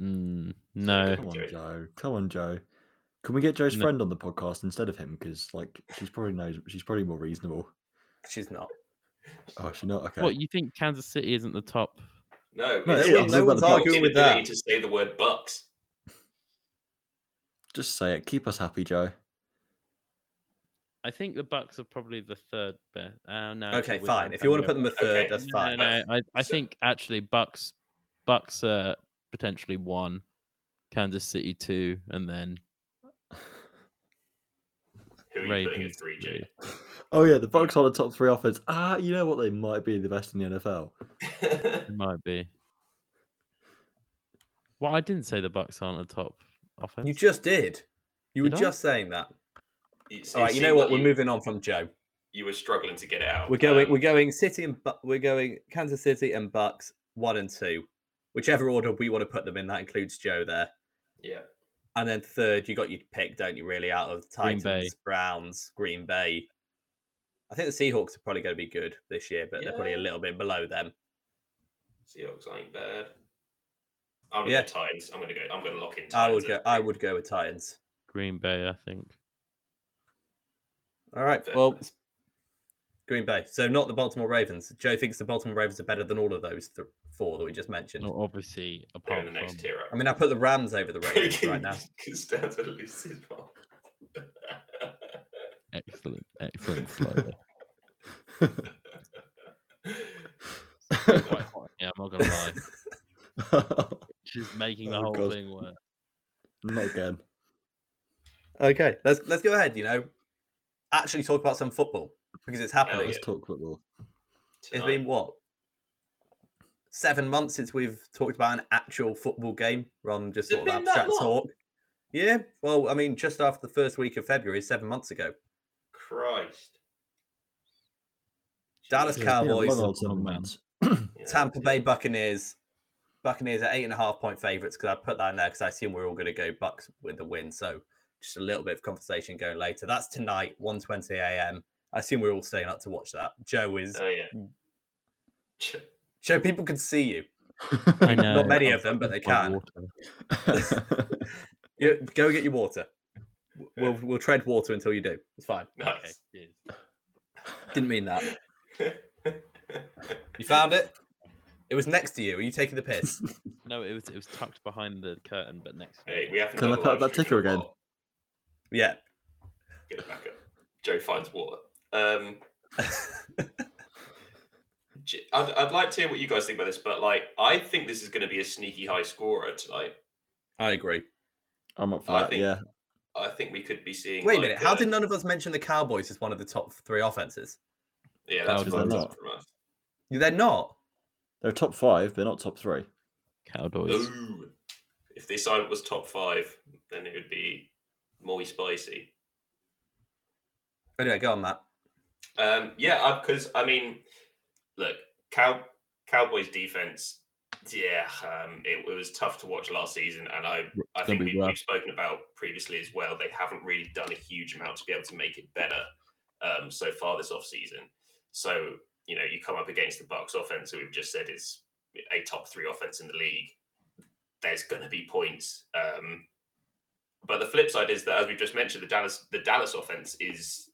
E: mm, no,
A: Come on,
D: Joe.
A: Joe. Come on, Joe. Can we get Joe's
E: No.
A: friend on the podcast instead of him? Because like she's probably knows she's probably more reasonable.
C: She's not.
A: Oh, she's not okay.
E: what you think? Kansas City isn't the top.
D: No,
A: No,
D: it's-
A: yeah,
D: it's
A: no
D: the
A: one's
C: arguing with that.
D: inability To say the word Bucks.
A: Just say it. Keep us happy, Joe.
E: I think the Bucks are probably the third best. Uh, no,
C: Okay,
E: actually, with
C: fine.
E: them,
C: If you want to
E: yeah.
C: put them a third,
D: Okay.
C: that's
E: no,
C: fine.
E: No, no, I, I
D: So-
E: think actually Bucks, Bucks are potentially one, Kansas City two, and then
D: Who are you putting at
E: Ravens.
D: three,
E: three.
D: Jay?
A: Oh yeah, the Bucks are the top three offense. Ah, you know what? They might be the best in the NFL.
E: It might be. Well, I didn't say the Bucks aren't a top offense.
C: You just did. You were
E: Did I?
C: just saying that.
D: You- so
C: All right. You know
D: seemed
C: what?
D: like
C: We're
D: you-
C: moving on from Joe.
D: You were struggling to get it out.
C: We're going.
D: Um,
C: We're going. City and Bu- we're going. Kansas City and Bucks one and two, whichever order we want to put them in. That includes Joe there.
D: yeah.
C: And then third, you got your pick, don't you? Really, out of
E: Green
C: Titans,
E: Bay.
C: Browns, Green Bay. I think the Seahawks are probably going to be good this year, but they're probably a
D: Yeah.
C: little bit below them.
D: Seahawks ain't bad. I'm
C: Yeah.
D: gonna go Titans. I'm gonna go. I'm gonna lock in. Titans
C: I would
D: at
C: go.
D: three.
C: I would go with Titans.
E: Green Bay, I think.
C: All right.
D: Fair
C: Well,
D: enough.
C: Green Bay. So not the Baltimore Ravens. Joe thinks the Baltimore Ravens are better than all of those th- four that we just mentioned.
D: Oh.
E: Well, obviously,
D: They're in
E: apart
D: the next
E: from
D: tier up.
C: I mean, I put the Rams over the Ravens right now.
D: Costanza loses one.
E: excellent, excellent flow. Quite hot. Yeah, I'm not gonna lie. She's making the
A: Oh,
E: whole
A: God.
E: thing work.
A: not again.
C: Okay, let's let's go ahead. You know, actually talk about some football because
D: Oh,
C: it's happening.
A: Let's talk football.
C: It's been what seven months since we've talked about an actual football game rather than just
D: Has
C: sort
D: it
C: of
D: been that
C: abstract
D: long?
C: talk. Yeah, well, I mean, just after the first week of February, seven months ago,
D: Christ.
C: Dallas
D: Jesus.
A: Yeah,
C: Cowboys,
A: long old seven
E: Oh, man.
A: months.
D: Yeah,
C: Tampa
D: yeah.
C: Bay Buccaneers. Buccaneers are eight and a half point favorites because I put that in there because I assume we're all going to go Bucks with the win. So just a little bit of conversation going later. That's tonight, 1.20 a.m. I assume we're all staying up to watch that. Joe is.
D: Oh yeah.
C: Hmm. Joe, people can see you.
E: I know.
C: Not many
E: I'm
C: of them, but they
E: fucking full of
C: can.
E: water.
C: You- go get your water. We'll we'll tread water until you do. It's fine.
E: Okay,
D: Nice.
E: cheers.
C: Didn't mean that. You found it. It was next to you. Are you taking the piss?
E: No, it was it was tucked behind the curtain, but next.
D: Hey, we haven't
A: Can
D: done
A: I
D: a
A: put up
D: live
A: that
D: stream
A: ticker
D: for a
A: again?
D: while.
C: yeah.
D: Get it back up. Joe finds water. Um, j- I'd, I'd like to hear what you guys think about this, but like, I think this is going to be a sneaky high scorer tonight.
C: I agree.
A: I'm up for
D: I
A: that.
D: think-
A: Yeah,
D: I think we could be seeing.
C: Wait a
D: like,
C: minute. How
D: uh,
C: did none of us mention the Cowboys as one of the top three offenses?
D: Yeah,
E: How
D: that's
E: did
A: they
D: fucked up
A: not?
D: from us.
C: They're not.
A: they're top five, but not top three.
E: Cowboys.
D: Ooh. If this side was top five, then it would be more spicy.
C: Anyway, go on, Matt.
D: Um, yeah, because I mean, look, Cow- Cowboys defense. Yeah, um, it, it was tough to watch last season, and I, I
E: gonna
D: think
E: be
D: we,
E: rough.
D: we've spoken about previously as well. They haven't really done a huge amount to be able to make it better um, so far this off season. So you know, you come up against the Bucks offense, who we've just said is a top three offense in the league. There's going to be points, um, but the flip side is that, as we just mentioned, the Dallas the Dallas offense is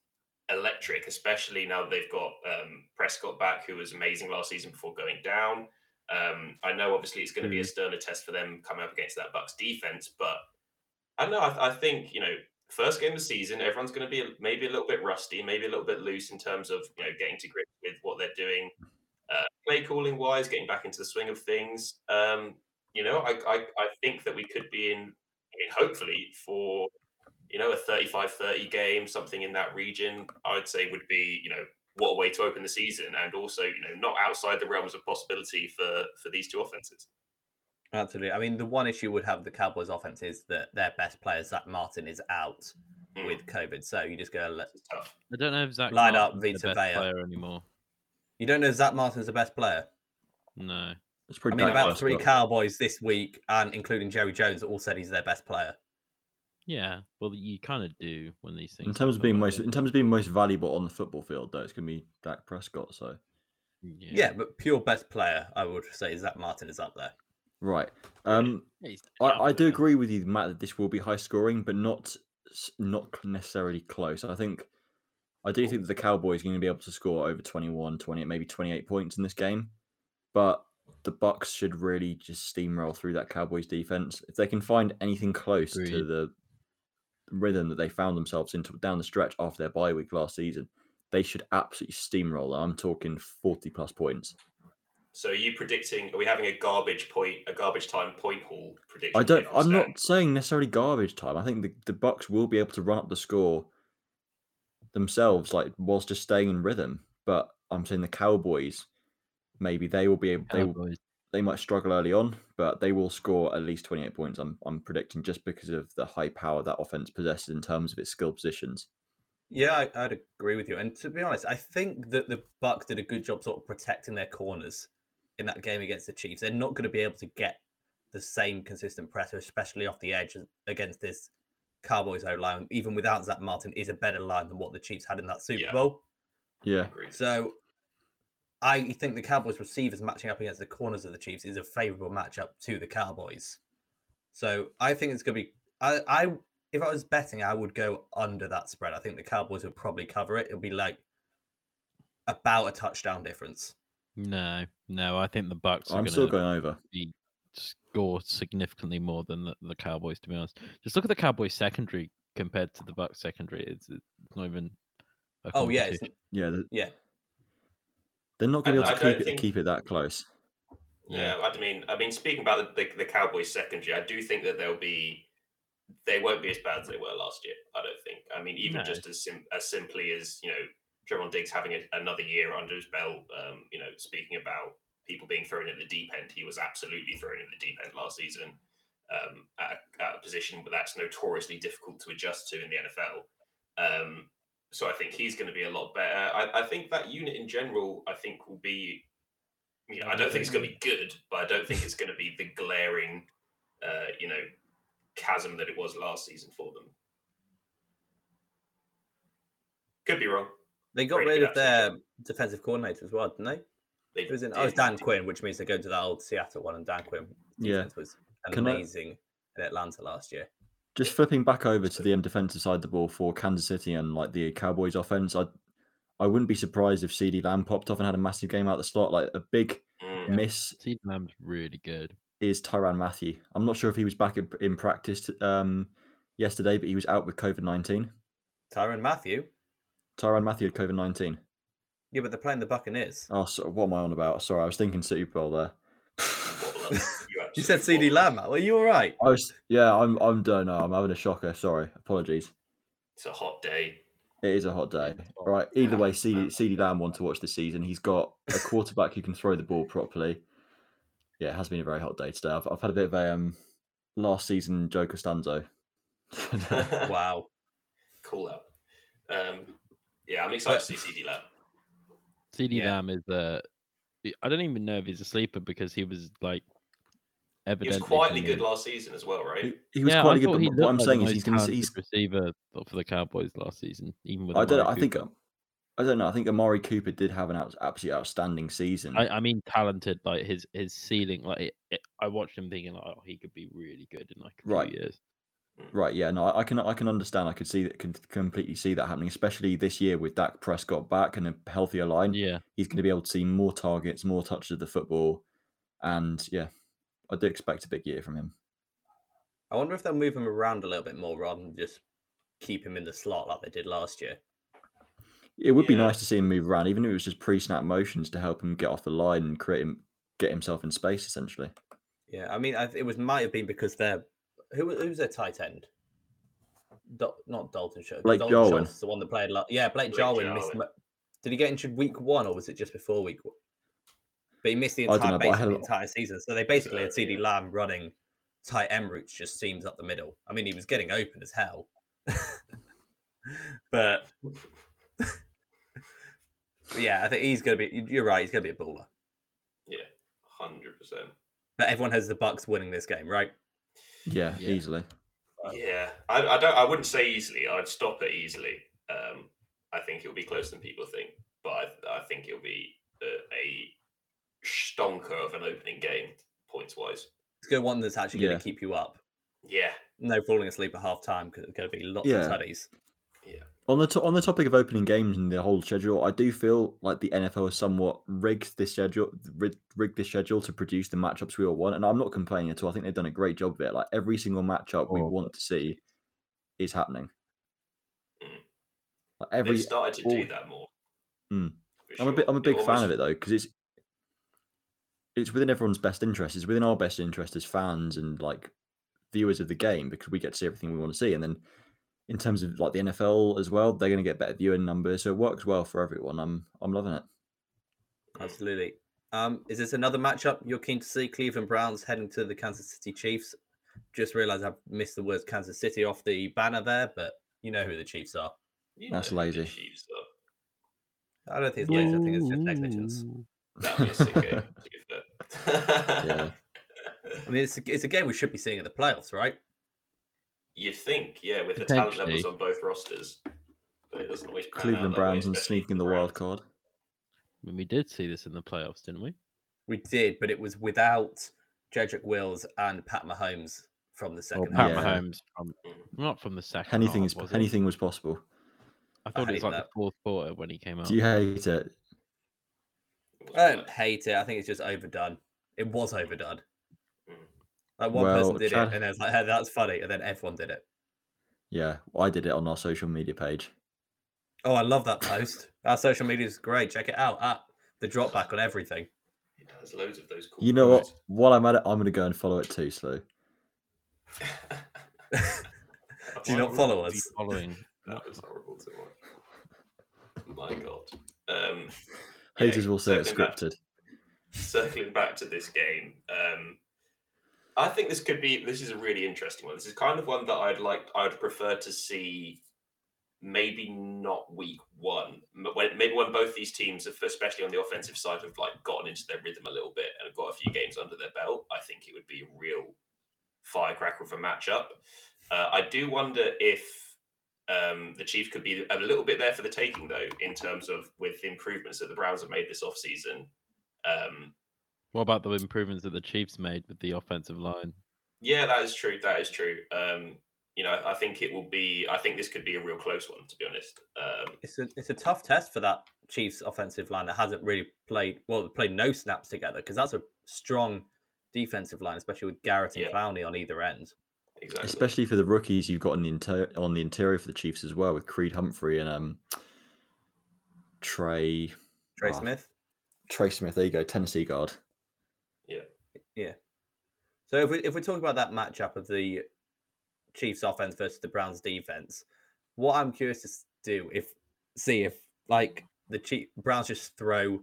D: electric, especially now that they've got um, Prescott back, who was amazing last season before going down. Um, I know, obviously, it's going to be a sterner test for them coming up against that Bucks defense, but I don't know. I, th- I think you know, first game of the season, everyone's going to be maybe a little bit rusty, maybe a little bit loose in terms of you know getting to grips with what they're doing, uh, play calling wise, getting back into the swing of things. Um, you know, I, I I think that we could be in. I mean, hopefully for you know, a 35 30 game, something in that region, I would say would be, you know, what a way to open the season and also, you know, not outside the realms of possibility for for these two offenses.
C: Absolutely. I mean, the one issue would have the Cowboys' offense is that their best player Zach Martin is out
D: Mm.
C: with COVID, so you just go. Let...
D: It's tough.
E: I don't know if Zach
C: Line up
E: Martin's the
C: Vita
E: best
C: Vea.
E: player anymore.
C: You don't know Zach Martin's the best player.
E: No,
A: It's
C: I
A: pretty.
C: mean,
A: bad
C: about
A: first,
C: three
A: but-
C: Cowboys this week, and including Jerry Jones, all said he's their best player.
E: yeah. Well, you kind of do when these things.
A: In terms of
E: happen,
A: being
E: but
A: most,
E: then-
A: in terms of being most valuable on the football field, though, it's gonna be Dak Prescott. So
E: yeah,
C: Yeah. but pure best player, I would say Zach Martin is up there.
A: right, um,
E: Yeah, he's the
A: I, I do
E: alpha.
A: agree with you, Matt, that this will be high scoring, but not s- not cl- necessarily close. I think I do think that the Cowboys are going to be able to score over 21, 20, maybe 28 points in this game. But the Bucks should really just steamroll through that Cowboys defense. If they can find anything close to
E: Agreed.
A: the rhythm that they found themselves into down the stretch after their bye week last season, they should absolutely steamroll. I'm talking 40 plus points.
D: So are you predicting are we having a garbage point a garbage time point haul prediction?
A: I don't.
D: here from
A: I'm
D: Stan?
A: not saying necessarily garbage time. I think the, the Bucks will be able to run up the score themselves, like whilst just staying in rhythm. But I'm saying the Cowboys, maybe they will be able. They, will-
E: Cowboys.
A: they might struggle early on, but they will score at least 28 points. I'm I'm predicting just because of the high power that offense possesses in terms of its skill positions.
C: Yeah, I, I'd agree with you. And to be honest, I think that the Bucks did a good job sort of protecting their corners in that game against the Chiefs. They're not going to be able to get the same consistent pressure, especially off the edge against this Cowboys O line. Even without Zach Martin, is a better line than what the Chiefs had in that Super
D: Yeah.
C: Bowl.
A: Yeah,
D: Agreed.
C: So I think the Cowboys receivers matching up against the corners of the Chiefs is a favorable matchup to the Cowboys. So I think it's gonna be I, I if I was betting, I would go under that spread. I think the Cowboys would probably cover it. It'll be like about a touchdown difference.
E: No, no. I think the Bucks. Are
A: I'm
E: gonna
A: still going over.
E: score significantly more than the, the Cowboys. To be honest, just look at the Cowboys secondary compared to the Bucks secondary. It's, it's not even. a
C: Oh yeah, it's,
E: competition.
A: Yeah, th-
C: yeah.
A: they're not going to be
D: I-
A: able to
D: I don't
A: keep it
D: think-
A: keep it that close.
D: Yeah, Um, I mean, I mean, speaking about the, the, the Cowboys secondary, I do think that they'll be, they won't be as bad as they were last year. I don't think. I mean, even
E: No.
D: just as sim- as simply as you know, Trevon Diggs having a, another year under his belt. Um, you know, speaking about people being thrown in the deep end, he was absolutely thrown in the deep end last season um, at, a, at a position that's notoriously difficult to adjust to in the NFL. Um, so I think he's going to be a lot better. I, I think that unit in general, I think will be. You know, I don't think it's going to be good, but I don't think it's going to be the glaring, uh, you know, chasm that it was last season for them. Could be wrong.
C: They got
D: Pretty
C: rid
D: good
C: of their defensive coordinator as well, didn't they?
D: They
C: It was in
D: did-
C: oh it's Dan Quinn, which means they go to that old Seattle one and Dan Quinn
A: Yeah.
C: defense was
A: Can I-
C: amazing in Atlanta last year.
A: Just flipping back over to the um, defensive side of the ball for Kansas City and like the Cowboys offense, I I wouldn't be surprised if CD Lamb popped off and had a massive game out the slot. Like a big
D: Mm.
A: miss
E: Steve Lamb's really good.
A: is Tyran Matthew. I'm not sure if he was back in, in practice t- um, yesterday, but he was out with COVID 19.
C: Tyron Matthew.
A: Tyran Matthew had COVID 19.
C: Yeah, but they're playing the Buccaneers.
A: Oh, so what am I on about? Sorry, I was thinking Super Bowl there.
C: You
D: absolute
C: said CD
D: waffle.
C: Lamb. Matt. Were you all right?
A: I was, yeah, I'm, I'm done now. I'm having a shocker. Sorry, apologies.
D: It's a hot day.
A: It is a hot day.
E: it's
A: All
E: hot.
A: right. Either way, CD, CD Lamb one to watch this season. He's got a quarterback who can throw the ball properly. Yeah, it has been a very hot day today. I've, I've had a bit of a um, last season Joe Costanzo.
C: Wow.
D: cool out. Um, yeah, I'm excited to see CD Lamb.
E: CD
C: Yeah.
E: Lamb is a. I don't even know if he's a sleeper because he was like.
D: He
E: Evidently,
D: was quietly
E: coming
D: good
E: in-
D: last season as well, right?
A: he, he was
E: Yeah,
A: quite
E: I
A: good,
E: thought
A: but
E: he
A: what
E: looked
A: I'm
E: like the
A: saying is
E: most
A: he's going to,
E: talented
A: he's
E: receiver for the Cowboys last season, even with.
A: I don't.
E: Amari
A: I think.
E: Cooper.
A: I don't know. I think Amari Cooper did have an out, absolutely outstanding season.
E: I, I mean, talented, like his his ceiling. Like it, it, I watched him thinking, like, oh, he could be really good in like a few
A: Right.
E: years.
A: right. Yeah. No. I, I can. I can understand. I could see that. Can completely see that happening, especially this year with Dak Prescott back and a healthier line.
E: Yeah,
A: He's going to be able to see more targets, more touches of the football, and yeah, I do expect a big year from him.
C: I wonder if they'll move him around a little bit more rather than just keep him in the slot like they did last year.
A: It would be
D: Yeah.
A: nice to see him move around, even if it was just pre-snap motions to help him get off the line and create him get himself in space. Essentially,
C: Yeah, I mean, I, it was might have been because they're who wa- who's their tight end? Dol not Dalton Schultz.
A: Blake
C: Dalton
A: Jarwin.
C: Schultz is the one that played. Lo- yeah, Blake,
D: Blake
C: Jarwin, missed.
D: Jarwin.
C: mo- Did he get injured week one or was it just before week one? But he missed the
A: I don't
C: entire,
A: know, but I
C: basically
A: had
C: the
A: a-
C: entire season. So they basically had
D: Exactly,
C: CD Lamb running tight end routes, just seams up the middle. I mean, he was getting open as hell. but yeah, I think he's going to be, you're right, he's going to be a baller.
D: Yeah, hundred percent.
C: But everyone has the Bucks winning this game, right?
A: yeah,
E: Yeah.
A: easily. Uh,
D: Yeah, I, I don't. I wouldn't say easily. I'd stop it easily. Um, I think it'll be closer than people think, but I, I think it'll be a, a stonker of an opening game points wise.
C: It's going to one that's actually going
A: Yeah.
C: to keep you up.
D: Yeah,
C: No falling asleep at half time because it's going to be lots
A: Yeah.
C: of tutties.
A: On the to- on the topic of opening games and the whole schedule, I do feel like the NFL has somewhat rigged this schedule, rig- rigged this schedule to produce the matchups we all want. And I'm not complaining at all. I think they've done a great job of it. Like every single matchup we
E: Oh,
A: want to see is happening.
D: Mm.
A: Like
D: they've
A: every,
D: started to
A: all-
D: do that more.
A: Mm.
D: For
A: I'm a
D: sure.
A: bit, I'm a
D: It
A: big fan of
D: almost-
A: it though because it's it's within everyone's best interest. It's within our best interest as fans and like viewers of the game because we get to see everything we want to see. And then in terms of like the NFL as well, they're going to get better viewing numbers, so it works well for everyone. I'm I'm loving it.
D: Mm.
C: Absolutely. Um, is this another matchup you're keen to see? Cleveland Browns heading to the Kansas City Chiefs. Just realized I've missed the words Kansas City off the banner there, but you know who the Chiefs are.
D: You
A: That's
D: know who the
A: lazy.
D: Chiefs are.
C: I don't think it's lazy. I think it's just negligence.
D: That'd be a sick game. to be fair.
A: Yeah.
C: I mean, it's a, it's a game we should be seeing in the playoffs, right?
D: You'd think, yeah, with the talent levels
E: Potentially.
D: on both rosters. But it doesn't always pan out
A: Cleveland
D: that way,
A: Browns and
D: especially
A: sneaking the
D: Browns.
A: wild card.
E: I mean, we did see this in the playoffs, didn't we?
C: We did, but it was without Jedrick Wills and Pat Mahomes from the
E: Or
C: second
E: Oh, Pat
C: half.
A: Yeah.
E: Mahomes from not from the second.
A: Anything
E: half,
A: is
E: was it?
A: anything was possible.
E: I thought it
C: hate
E: was like the
C: that.
E: fourth quarter when he came out.
A: Do you hate it?
D: It was
A: Um,
C: I don't
D: bad.
C: hate it. I think it's just overdone. It was overdone.
D: mm.
C: Like one
A: Well,
C: person did
A: Chad-
C: it, and I was like, hey, "That's funny," and then everyone did it.
A: Yeah, I did it on our social media page.
C: Oh, I love that post. Our social media is great. Check it out at the drop back on everything.
D: It has loads of those cool
A: You know what?
D: quotes.
A: While I'm at it, I'm going to go and follow it too, Slow.
C: Do you
D: Why
C: not
D: would
C: follow
D: we-
C: us?
E: Following.
D: That was horrible to watch. My God. Um, yeah,
A: Haters will say it's
D: circling back-
A: scripted.
D: circling back to this game, um, I think this could be. This is a really interesting one. This is kind of one that I'd like. I'd prefer to see. Maybe not week one. but When, maybe when both these teams, have, especially on the offensive side, have like gotten into their rhythm a little bit and have got a few games under their belt, I think it would be a real firecracker of a matchup. Uh, I do wonder if um, the Chiefs could be a little bit there for the taking, though, in terms of with the improvements that the Browns have made this offseason. Um,
E: What about the improvements that the Chiefs made with the offensive line?
D: yeah, that is true. That is true. Um, You know, I think it will be. I think this could be a real close one, to be honest. Um,
C: It's a it's a tough test for that Chiefs offensive line that hasn't really played well, played no snaps together because that's a strong defensive line, especially with Garrett and
D: Yeah.
C: Clowney on either end.
D: exactly.
A: especially for the rookies you've got on the inter- on the interior for the Chiefs as well with Creed Humphrey and um Trey
C: Trey
A: Ah.
C: Smith.
A: Trey Smith. There you go, Tennessee guard.
C: So if we if we talk about that matchup of the Chiefs offense versus the Browns defense, what I'm curious to s- do if see if like the Chief Browns just throw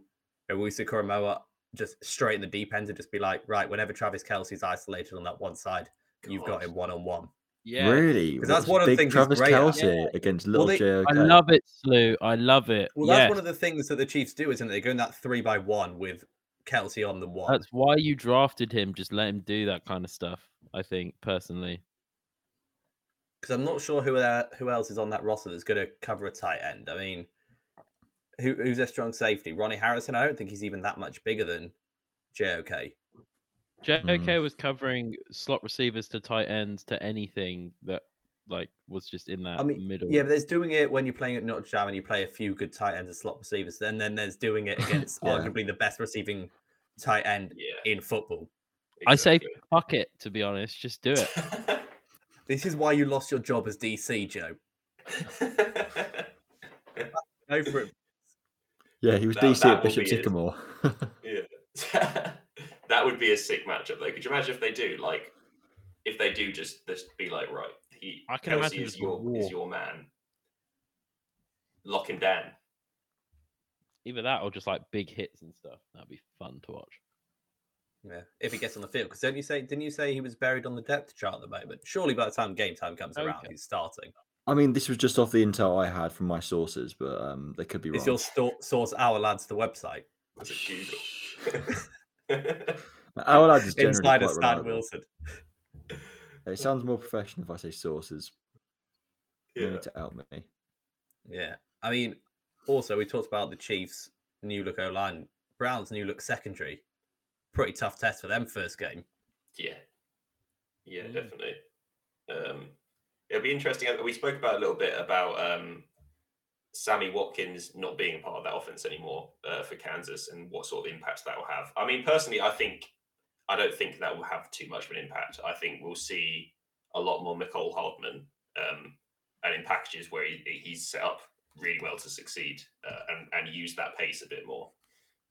C: Owusu Koromoa just straight in the deep end and just be like, right, whenever Travis Kelsey's isolated on that one side, you've got
D: God.
C: him one on one.
E: Yeah.
A: Really?
C: 'Cause that's
A: What's
C: one of the
A: big
C: things he's
A: Travis
C: great at.
A: Kelsey against little
C: they-
A: JOK.
E: I love it, Slew. I love it.
C: Well, that's
E: yes.
C: one of the things that the Chiefs do, isn't it? They go in that three by one with Kelsey on the one.
E: That's why you drafted him. Just let him do that kind of stuff. I think personally.
C: because I'm not sure who there, who else is on that roster that's going to cover a tight end. I mean, who, who's their strong safety? Ronnie Harrison. I don't think he's even that much bigger than JOK.
E: JOK
A: Mm.
E: was covering slot receivers to tight ends to anything that like was just in that
C: mean,
E: middle.
C: Yeah, but there's doing it when you're playing at Notre Dame and you play a few good tight ends and slot receivers. Then then there's doing it against
A: Yeah.
C: arguably the best receiving tight end
D: Yeah,
C: in football.
E: I say fuck it. To be honest, just do it.
D: exactly.
C: This is why you lost your job as DC, Joe. Go for it.
A: Yeah, he was
D: That-
A: DC
D: that
A: at
D: will
A: Bishop
D: be it.
A: Sycamore.
D: that would be a sick matchup, though. Could you imagine if they do? Like, if they do, just just be like, right, he
E: I can
D: Kelsey
E: imagine
D: is
E: just a
D: your
E: war.
D: is your man. Lock him down.
E: Either that or just like big hits and stuff. That'd be fun to watch.
C: Yeah, if he gets on the field, because don't you say? Didn't you say he was buried on the depth chart at the moment? Surely by the time game time comes around,
E: Okay.
C: he's starting.
A: I mean, this was just off the intel I had from my sources, but um, they could be wrong.
C: Is your sto- source our lads the website?
D: Was it Google?
A: Our lads is generally
C: Insider
A: quite
C: Stan
A: reliable.
C: Wilson.
A: It sounds more professional if I say sources. You
D: yeah.
A: need to help me.
C: Yeah. I mean, also, we talked about the Chiefs' new look O line, Browns' new look secondary. Pretty tough test for them first game.
D: Yeah. Yeah, definitely. Um, it'll be interesting. uh, We spoke about a little bit about um, Sammy Watkins not being a part of that offense anymore uh, for Kansas and what sort of impact that will have. I mean, personally, I think I don't think that will have too much of an impact. I think we'll see a lot more Nicole Hardman um, and in packages where he, he's set up really well to succeed uh, and, and use that pace a bit more.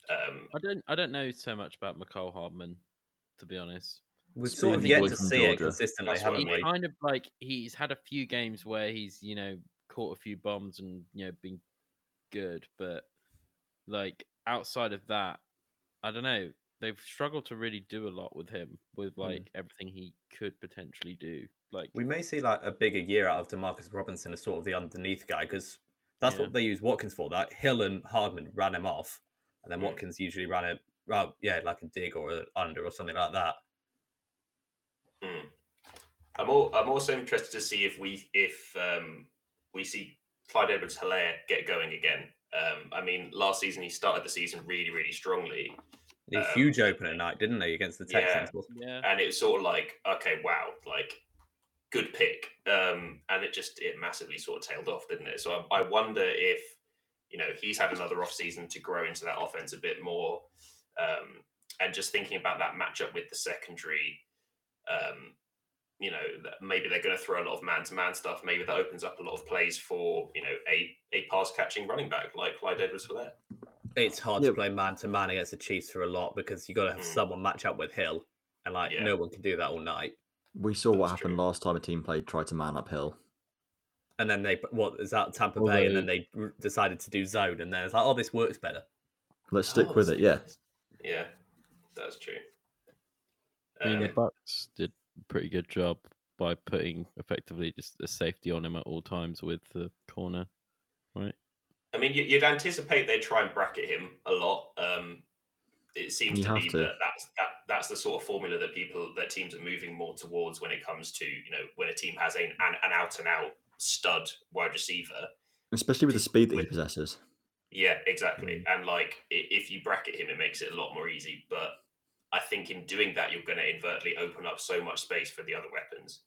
D: Um,
E: I don't. I don't know so much about McCall Hardman, to be honest.
C: We've
A: Speaking
C: sort of
A: of
C: yet
A: boy
C: to
A: from
C: see it
A: Georgia,
C: consistently,
D: that's what I
C: haven't
E: He's
C: we?
D: mean.
E: kind of like he's had a few games where he's you know caught a few bombs and you know been good, but like outside of that, I don't know. They've struggled to really do a lot with him, with like everything he could potentially do. Like
C: We may see like a bigger year out of Demarcus Robinson as sort of the underneath guy because that's
E: Yeah.
C: what they use Watkins for. That Hill and Hardman ran him off, and then
D: Mm.
C: Watkins usually ran a well, yeah, like a dig or an under or something like that.
D: Hmm. I'm all, I'm also interested to see if we if um, we see Clyde Edwards Hilaire get going again. Um, I mean, last season he started the season really, really strongly,
C: A
D: Um,
C: huge opener night, didn't he, against the
D: yeah.
C: Texans?
E: yeah,
D: and it's sort of like, okay, wow, like good pick, um, and it just it massively sort of tailed off, didn't it? So I, I wonder if you know he's had another off season to grow into that offense a bit more, um, and just thinking about that matchup with the secondary, um, you know, that maybe they're going to throw a lot of man-to-man stuff. Maybe that opens up a lot of plays for you know a a pass-catching running back like Clyde Edwards-Helaire.
C: it's hard
A: Yeah.
C: to play man to man against the Chiefs for a lot because you got to have
D: Mm.
C: someone match up with Hill, and like
D: Yeah.
C: no one can do that all night.
A: We saw what
D: That's
A: happened
D: true.
A: last time a team played tried to man up Hill.
C: And then they what is that Tampa Bay, and then they r- decided to do zone, and then it's like, oh, this works better.
A: Let's stick
D: Oh,
A: with
D: so
A: it. Yeah,
D: Yeah, that's true.
E: I mean the
D: Um,
E: Bucks did a pretty good job by putting effectively just a safety on him at all times with the corner.
D: I mean, you- you'd anticipate they'd try and bracket him a lot. Um, it seems
A: You
D: to be
A: have to.
D: that that's that, that's the sort of formula that people that teams are moving more towards when it comes to you know when a team has an an, an out and out stud wide receiver.
A: especially with the
D: Just
A: speed that he
D: with-
A: possesses.
D: Yeah, exactly.
E: Mm.
D: And like i- if you bracket him, it makes it a lot more easy. But I think in doing that, you're going to inadvertently open up so much space for the other weapons,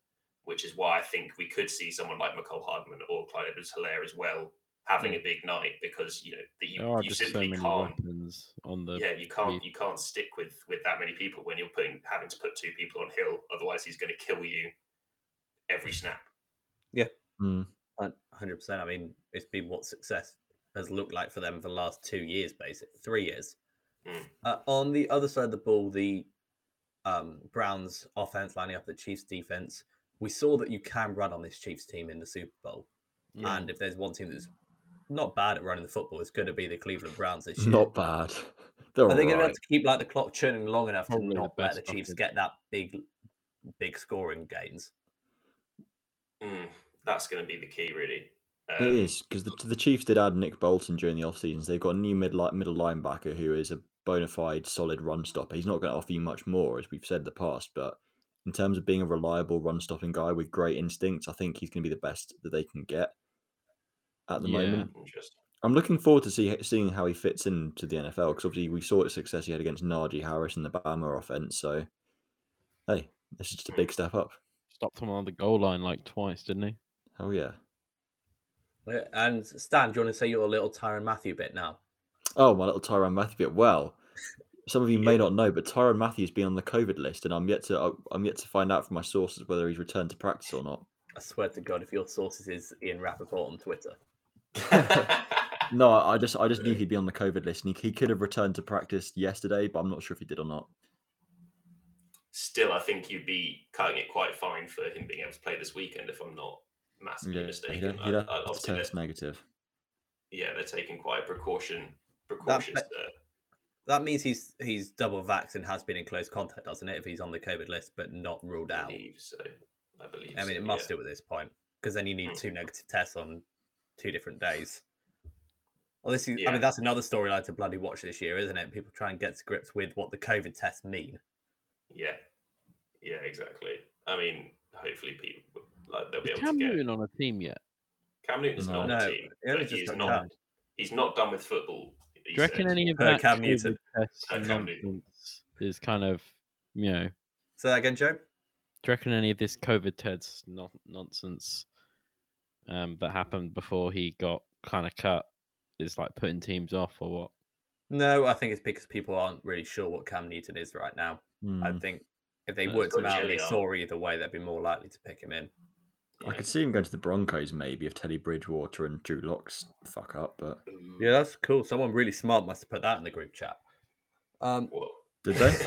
D: which is why I think we could see someone like McCole Hardman or Clyde Edwards Hilaire as well having a big night because you know that
E: Mm. There are
D: you, you
E: just so
D: simply
E: many
D: can't
E: weapons on the.
D: yeah you can't
E: we-
D: you can't stick with with that many people when you're putting having to put two people on hill otherwise he's going to kill you every snap
A: Mm.
C: hundred percent. I mean, it's been what success has looked like for them for the last two years, basically three years.
D: Mm.
C: Uh, on the other side of the ball, the um, Browns' offense lining up the Chiefs' defense. We saw that you can run on this Chiefs team in the Super Bowl,
E: Yeah.
C: and if there's one team that's not bad at running the football, it's going to be the Cleveland Browns this year.
A: Not bad. They're
C: Are they going to
A: alright.
C: have to keep like the clock churning long enough
E: Probably
C: to
E: the
C: not let the
E: best
C: Chiefs
E: offense.
C: get that big, big scoring gains?
D: Mm, that's going to be the key really
A: It is because the, the Chiefs did add Nick Bolton during the off seasons. They've got a new mid li- middle linebacker who is a bona fide solid run stopper. He's not going to offer you much more, as we've said in the past, but in terms of being a reliable run stopping guy with great instincts, I think he's going to be the best that they can get at the
E: Yeah.
A: moment.
D: Interesting.
A: I'm looking forward to see seeing how he fits into the NFL because obviously we saw the success he had against Najee Harris in the Bama offense. So, hey, this is just a big step up.
E: Stopped him on the goal line like twice, didn't he?
A: Hell yeah.
C: Yeah, Uh, And Stan, do you want to say your little Tyron Matthew bit now?
A: Oh, my little Tyron Matthew bit. Well, some of you may not know, but Tyron Matthew's been on the COVID list, and I'm yet to I- I'm yet to find out from my sources whether he's returned to practice or not.
C: I swear to God, if your sources is Ian Rappaport on Twitter,
A: No, I I just I just knew he'd be on the COVID list, and he, he could have returned to practice yesterday, but I'm not sure if he did or not.
D: Still, I think you'd be cutting it quite fine for him being able to play this weekend if I'm not massively
A: Yeah, he'd,
D: mistaken.
A: have-
D: I,
A: he'd have
D: I,
A: to
D: obviously,
A: test
D: they're,
A: negative.
D: yeah, they're taking quite a precaution, precautious. Uh,
C: that means he's he's double vaxxed and has been in close contact, doesn't it? If he's on the COVID list but not ruled
D: I
C: out.
D: believe uh, so. I believe.
C: I mean,
D: so,
C: it must
D: yeah.
C: do at this point because then you need two negative tests on two different days. Well, this is, I
D: Yeah.
C: mean, that's another storyline to bloody watch this year, isn't it? People try and get to grips with what the COVID tests mean.
D: Yeah, yeah, exactly. I mean, hopefully, people like they'll be
E: Is
D: able
E: Cam
D: to get
E: Newton on a team yet?
D: Cam Newton's
A: No.
D: not on
C: No,
D: the team.
C: it only
D: but
C: just
D: he's
C: got
D: not.
C: cut.
D: He's not done with football. he
E: Do you reckon
D: said.
E: any of
C: Per
E: that
C: Cam
E: COVID
C: Newton.
E: test
D: Per Cam Newton.
E: nonsense is kind of you know? Do
C: So again, Joe,
E: you reckon any of this COVID test non- nonsense um, that happened before he got kind of cut is like putting teams off or what?
C: no, I think it's because people aren't really sure what Cam Newton is right now. I
A: Mm.
C: think if they
E: That's
C: worked him
D: got
C: out and they
D: jelly on.
C: saw either way, they'd be more likely to pick him in.
A: I could see him going to the Broncos maybe if Teddy Bridgewater and Drew Locks fuck up, but
D: Ooh,
C: Hmm. Yeah, that's cool. Someone really smart must have put that in the group chat. Um,
D: What?
A: did they?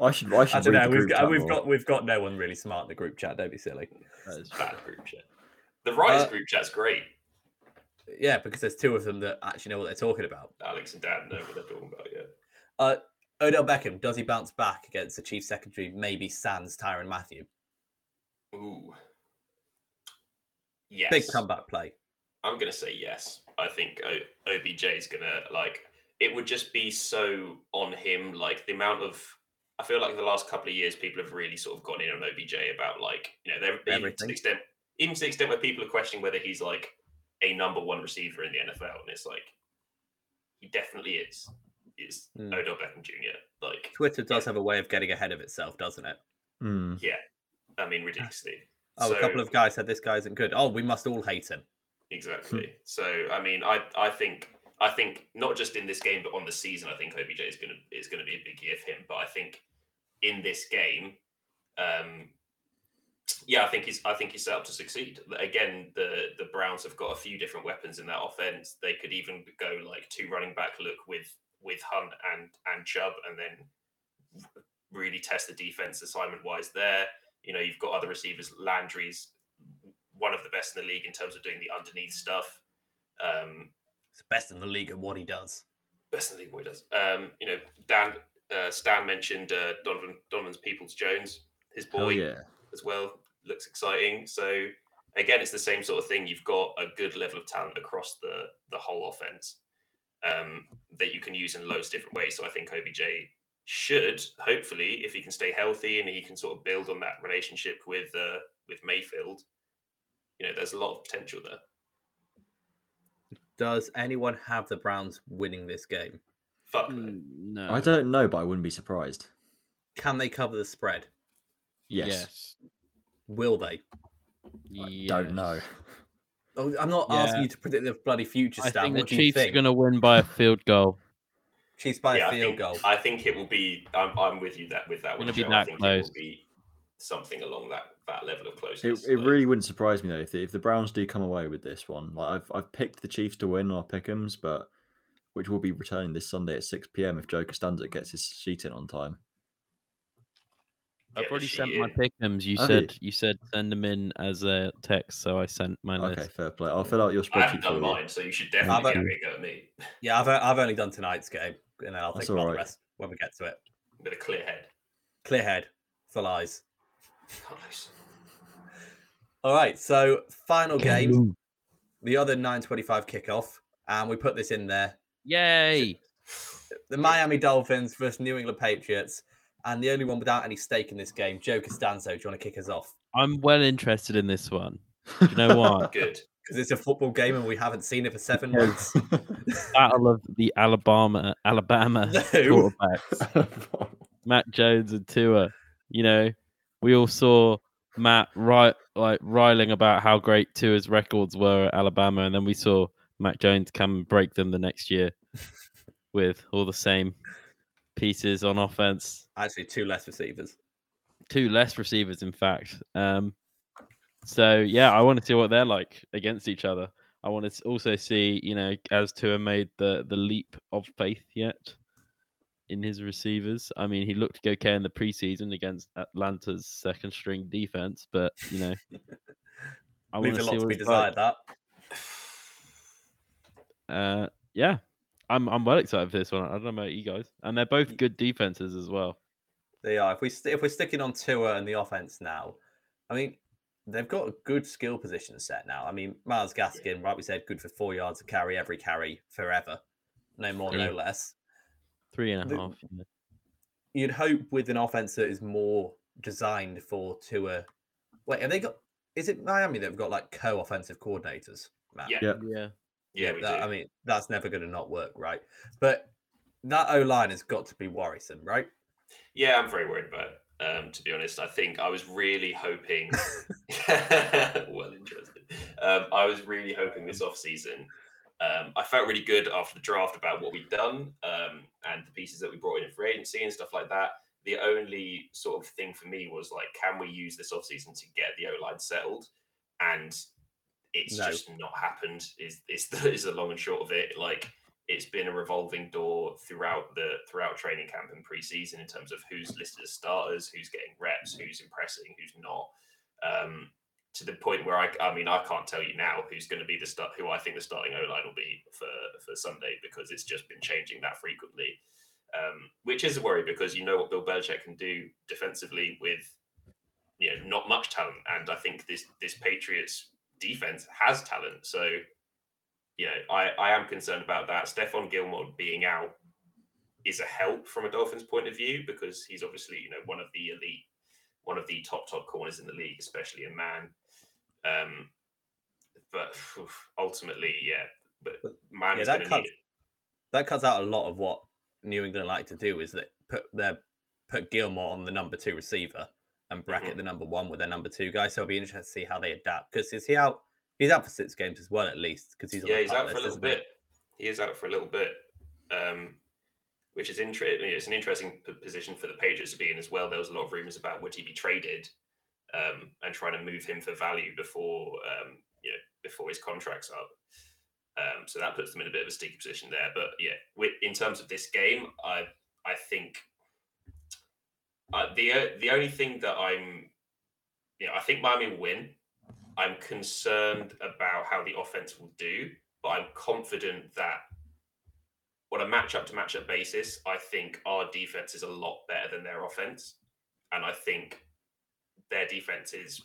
A: I should I should
C: I
A: read
C: don't know.
A: the
C: We've
A: group
C: got,
A: chat
C: we've
A: more.
C: got we've got no one really smart in the group chat. Don't be silly.
E: That is
D: Bad group chat. The writers
C: Uh,
D: group chat's great.
C: Yeah, because there's two of them that actually know what they're talking about.
D: Alex and Dan know what they're talking about. Yeah.
C: Odell Beckham does he bounce back against the Chiefs secondary? Maybe sans Tyron Matthew.
D: Ooh. Yes.
C: Big comeback play.
D: I'm gonna say yes. I think o- OBJ is gonna like. It would just be so on him. Like the amount of, I feel like the last couple of years, people have really sort of gone in on OBJ about like you know they're even to
C: Everything.
D: the extent, even to the extent where people are questioning whether he's like a number one receiver in the NFL, and it's like he definitely is. Is
C: Mm.
D: Odell Beckham Jr. Like
C: Twitter does have a way of getting ahead of itself, doesn't it?
A: Mm.
D: I mean ridiculously.
C: Oh,
D: So-
C: a couple of guys said this guy isn't good. Oh, we must all hate him.
D: Exactly. So I mean, I I think I think not just in this game, but on the season, I think OBJ is gonna is gonna be a big year for him. But I think in this game, um, yeah, I think he's I think he's set up to succeed. Again, the the Browns have got a few different weapons in that offense. They could even go like two running back look with with Hunt and and Chubb, and then really test the defense assignment wise there. You know, you've got other receivers. Landry's one of the best in the league in terms of doing the underneath stuff. Um,
C: He's best in the league at what he does.
D: best in the league, boy does. Um, you know, Dan uh, Stan mentioned uh, Donovan Donovan's Peoples Jones, his boy
A: Hell yeah.
D: as well. Looks exciting. So again, it's the same sort of thing. You've got a good level of talent across the the whole offense um, that you can use in loads of different ways. So I think OBJ should hopefully, if he can stay healthy and he can sort of build on that relationship with uh, with Mayfield, you know, there's a lot of potential there.
C: Does anyone have the Browns winning this game?
D: Fuck no.
E: Mm, No,
A: I don't know, but I wouldn't be surprised.
C: Can they cover the spread?
A: Yes.
C: Will they?
A: Don't know.
C: Oh, I'm not
E: Yeah.
C: asking you to predict the bloody future,
E: I
C: Stan.
E: think the
C: what do you
E: Chiefs are
C: think?
E: going to win by a field goal.
C: Chiefs by
D: yeah,
C: a
D: I
C: field
D: think,
C: goal.
D: I think it will be. I'm, I'm with you that with that one.
E: Gonna be
D: Joe. I
E: that
D: think
E: close.
D: It will be something along that that level of
A: It,
D: closeness.
A: it
D: but-
A: really wouldn't surprise me though if the, if the Browns do come away with this one. Like I've I've picked the Chiefs to win or Pick'ems, but which will be returning this Sunday at six pm if Joe Costanza gets his sheet in on time.
E: I've
D: Yeah,
E: already
D: she
E: sent my
D: is.
E: pickums. You
A: Have
E: said you said send them in as a text, so I sent my
A: Okay,
E: list.
A: fair play. I'll fill out your
D: I
A: spreadsheet
D: haven't
A: for
D: done
A: you.
D: mine, so you should definitely
C: Have
D: get
A: a-
D: a go at me
C: Yeah, I've, I've only done tonight's game, and then I'll
A: That's
C: think about
A: alright.
C: the rest when we get to it.
D: with a clear head.
C: Clear head, full eyes.
D: Nice.
C: All right, so final game, the other 9:25 kickoff, and we put this in there:
E: Yay!
C: the Miami Dolphins versus New England Patriots, and the only one without any stake in this game, Joe Costanzo. Do you want to kick us off?
E: I'm well interested in this one. Do you know what?
D: Good.
C: Because it's a football game, and we haven't seen it for seven months.
E: Battle of the Alabama Alabama
C: No.
E: quarterbacks. Matt Jones and Tua. You know, we all saw Matt right like riling about how great Tua's records were at Alabama, and then we saw Matt Jones come and break them the next year with all the same pieces on offense.
C: Actually, two less receivers.
E: Two less receivers, in fact. Um, so yeah, I want to see what they're like against each other. I want to also see, you know, as Tua made the the leap of faith yet in his receivers. I mean, he looked okay in the preseason against Atlanta's second string defense, but you know, I want
C: Leaves
E: to
C: a lot
E: see
C: to
E: what
C: be
E: it's
C: desired.
E: like.
C: That
E: Uh, yeah, I'm I'm well excited for this one. I don't know about you guys, and they're both good defenses as well.
C: they are. If we st- if we're sticking on Tua and the offense now, I mean, they've got a good skill position set now. I mean, Miles Gaskin, right? We said good for four yards a carry, every carry forever, no more,
E: Yeah.
C: no less.
E: Three and a
C: The-
E: half. you know.
C: You'd hope with an offense that is more designed for Tua. Wait, have they got? Is it Miami that've got like co-offensive coordinators? Matt?
D: Yeah,
A: Yeah,
E: Yeah,
D: Yeah, we do.
C: That- I mean, that's never going to not work, right? But that O line has got to be worrisome, right?
D: Yeah, I'm very worried about it. Um, to be honest, I think I was really hoping. well, interesting. Um, I was really hoping
A: Hmm.
D: this off season. Um, I felt really good after the draft about what we'd done um, and the pieces that we brought in in free agency and stuff like that. The only sort of thing for me was like, can we use this off season to get the O line settled? And it's
C: No.
D: just not happened. Is is the is the long and short of it? Like, it's been a revolving door throughout the throughout training camp and preseason in terms of who's listed as starters, who's getting reps, who's impressing, who's not. Um, to the point where I, I mean, I can't tell you now who's going to be the start, who I think the starting O line will be for for Sunday because it's just been changing that frequently, um, which is a worry because you know what Bill Belichick can do defensively with you know not much talent, and I think this this Patriots defense has talent, so you know, I, I am concerned about that. Stefan Gilmore being out is a help from a Dolphins point of view because he's obviously, you know, one of the elite, one of the top, top corners in the league, especially a man. Um, but phew, ultimately, yeah, but Miami's
C: that
D: going to
C: cuts-
D: need it.
C: that cuts out a lot of what New England like to do is that put their put Gilmore on the number two receiver and bracket
D: Mhm.
C: the number one with their number two guy. So it'll be interesting to see how they adapt because is he out? He's out for six games as well, at least because he's on
D: yeah,
C: the
D: he's
C: cut
D: out for a
C: list,
D: little
C: isn't he?
D: bit. He is out for a little bit, um, which is interesting. It's an interesting p- position for the Patriots to be in as well. There was a lot of rumors about would he be traded, um, and trying to move him for value before um, you know before his contract's up. Um, so that puts them in a bit of a sticky position there. But yeah, with, in terms of this game, I I think uh, the o- the only thing that I'm, you know, I think Miami will win. I'm concerned about how the offense will do, but I'm confident that on a matchup to matchup basis, I think our defense is a lot better than their offense, and I think their defense is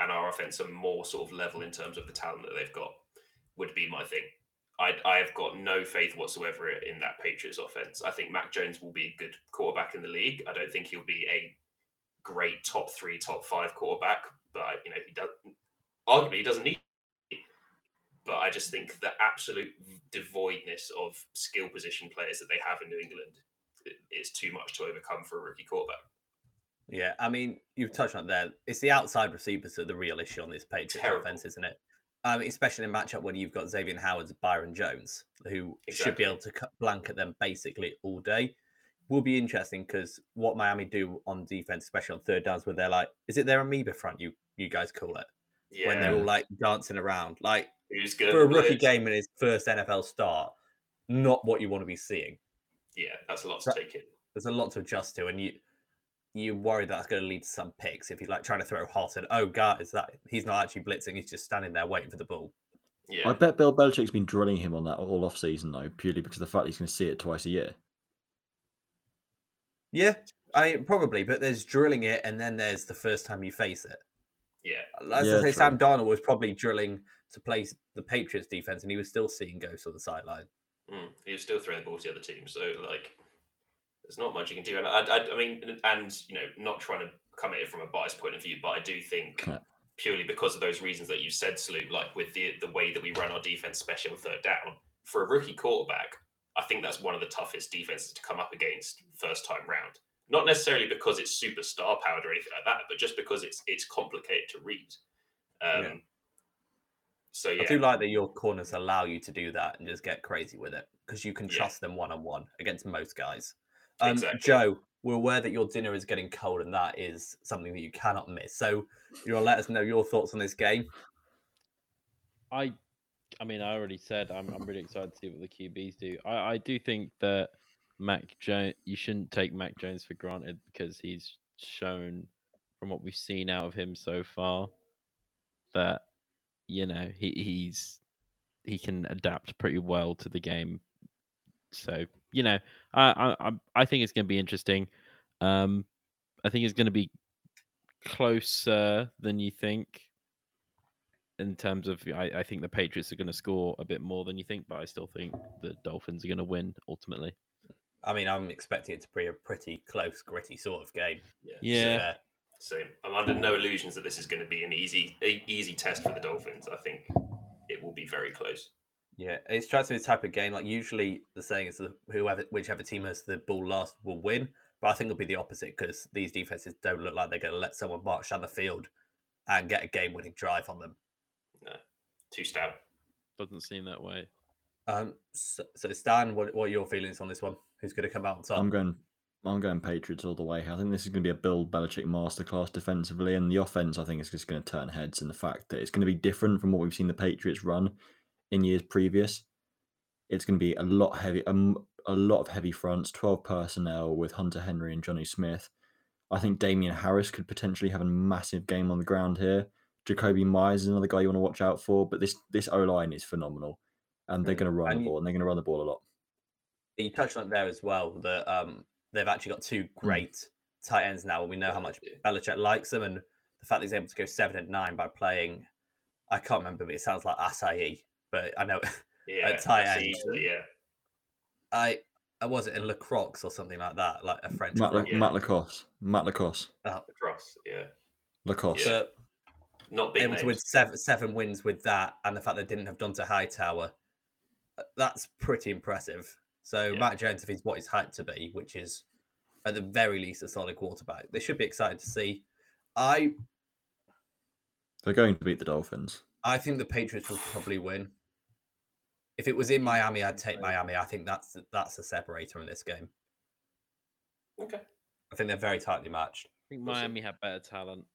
D: and our offense are more sort of level in terms of the talent that they've got. Would be my thing. I I have got no faith whatsoever in that Patriots offense. I think Mac Jones will be a good quarterback in the league. I don't think he'll be a great top three, top five quarterback, but you know he does. Arguably, he doesn't need. it. But I just think the absolute devoidness of skill position players that they have in New England i- is too much to overcome for a rookie quarterback.
C: Yeah, I mean, you've touched on it there. It's the outside receivers that are the real issue on this page
D: Terrible.
C: defense, isn't it? Um, especially in a matchup when you've got Xavier Howard's Byron Jones, who should be
D: Exactly.
C: able to cut blanket them basically all day. Will be interesting because what Miami do on defense, especially on third downs, where they're like, "Is it their amoeba front?" You you guys call it
D: Yeah,
C: when they're all like dancing around, like
D: who's good
C: for a rookie game in his first NFL start, not what you want to be seeing.
D: Yeah, that's a lot to take in.
C: There's a lot to adjust to, and you you worry that's going to lead to some picks if you're like trying to throw hot and oh god, is that he's not actually blitzing, he's just standing there waiting for the ball.
D: Yeah,
A: I bet Bill Belichick's been drilling him on that all off season though, purely because of the fact he's going to see it twice a year.
C: Yeah, I probably, but there's drilling it, and then there's the first time you face it.
D: yeah.
C: Let's
A: Yeah,
C: say
A: true.
C: Sam Darnold was probably drilling to play the Patriots defense, and he was still seeing ghosts on the sideline.
D: Mm, he was still throwing the ball to the other team, so like, there's not much you can do. And I, I, I mean, and- and you know, not trying to come at it from a biased point of view, but I do think
A: Yeah.
D: purely because of those reasons that you said, Sloop, like with the the way that we run our defense, especially on third down, for a rookie quarterback, I think that's one of the toughest defenses to come up against first time round. Not necessarily because it's super star powered or anything like that, but just because it's it's complicated to read. Um,
C: Yeah.
D: So yeah,
C: I do like that your corners allow you to do that and just get crazy with it because you can
D: Yeah.
C: trust them one on one against most guys. Um,
D: Exactly.
C: Joe, we're aware that your dinner is getting cold and that is something that you cannot miss. So you'll let us know your thoughts on this game.
E: I, I mean, I already said I'm, I'm really excited to see what the QBs do. I, I do think that Mac Jones, you shouldn't take Mac Jones for granted because he's shown from what we've seen out of him so far that you know he, he's he can adapt pretty well to the game. So you know, I I I'm- I think it's going to be interesting. Um, I think it's going to be closer than you think in terms of I, I think the Patriots are going to score a bit more than you think, but I still think the Dolphins are going to win ultimately.
C: I mean, I'm expecting it to be a pretty close, gritty sort of game.
E: Yeah.
C: Uh,
D: So I'm under no illusions that this is going to be an easy a easy test for the Dolphins. I think it will be very close.
C: yeah. It strikes me as the type of game like usually the saying is that whoever, whichever team has the ball last will win. But I think it'll be the opposite because these defenses don't look like they're going to let someone march down the field and get a game-winning drive on them.
D: Two stout.
E: Doesn't seem that way.
C: Um, so, so Stan, what, what are your feelings on this one? Who's going to come out on top?
A: I'm going. I'm going Patriots all the way. I think this is going to be a Bill Belichick masterclass defensively, and the offense I think is just going to turn heads. And the fact that it's going to be different from what we've seen the Patriots run in years previous, it's going to be a lot heavy, um, a lot of heavy fronts, twelve personnel with Hunter Henry and Johnny Smith. I think Damian Harris could potentially have a massive game on the ground here. Jacoby Myers is another guy you want to watch out for, but this this O line is phenomenal, and they're
C: Mm,
A: going to run
C: and
A: the
C: you-
A: ball, and they're going to run the ball a lot.
C: You touched on it there as well that um, they've actually got two great tight ends now, and we know how much Belichick likes them, and the fact that he's able to go seven and nine by playing, I can't remember, but it sounds like Asahi, but I know
D: Yeah,
C: tight
D: that's
C: end.
D: easy, yeah,
C: I. I was it in Lacroix or something like that, like a French.
A: Matt, La-
C: croc.
D: yeah.
A: Matt Lacoste, Matt Lacoste.
D: across. Yeah,
A: Lacoste.
D: Yeah.
C: But
D: not big
C: able
D: names.
C: to win seven, seven wins with that, and the fact they didn't have Dante Hightower, uh, that's pretty impressive. So
D: Yeah.
C: Matt Jones, if he's what he's hyped to be, which is at the very least a solid quarterback, they should be excited to see. I
A: They're going to beat the Dolphins.
C: I think the Patriots will probably win. If it was in Miami, I'd take Miami. I think that's that's a separator in this game.
D: Okay.
C: I think they're very tightly matched.
E: I think
D: We'll see.
E: Miami had better talent.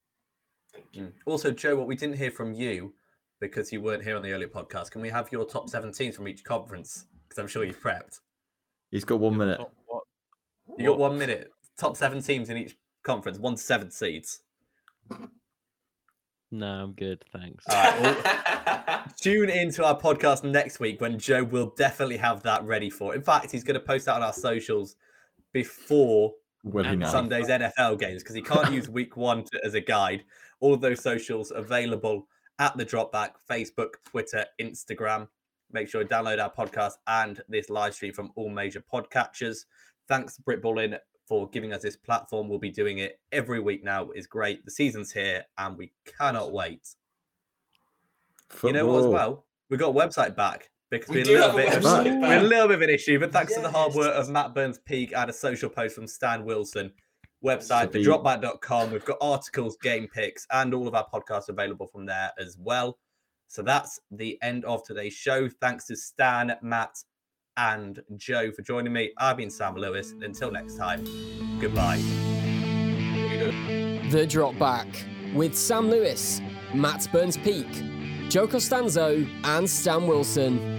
C: Also, Joe, what we didn't hear from you because you weren't here on the earlier podcast, can we have your top seven teams from each conference? Because I'm sure you've prepped.
A: He's got one minute.
C: Oh.
E: Top what?
C: You got one minute. Top seven teams in each conference, one to seven seeds.
E: No, I'm good, thanks.
C: Uh, Tune into our podcast next week when Joe will definitely have that ready for. In fact, he's going to post that on our socials before
A: Will he
E: and
A: now?
C: Sunday's NFL games because he can't use week one to, as a guide. All of those socials available at the dropback Facebook, Twitter, Instagram. Make sure you download our podcast and this live stream from all major podcatchers. Thanks, Britt Bullin, for giving us this platform. We'll be doing it every week now. It's great. The season's here and we cannot wait. You know what, as
A: Football.
C: well? We got a website back because we
D: We
C: are a
D: do
C: little
D: have a
C: bit of
A: website
D: back.
C: we're a little bit of an issue, but thanks to the hard
D: Yes.
C: work of Matt Burns Peak and a social post from Stan Wilson, website,
A: So the-
C: thedropback.com. We've got articles, game picks, and all of our podcasts available from there as well. So that's the end of today's show. Thanks to Stan, Matt, and Joe for joining me. I've been Sam Lewis. Until next time, goodbye.
B: The Drop Back with Sam Lewis, Matt Burns Peak, Joe Costanzo, and Stan Wilson.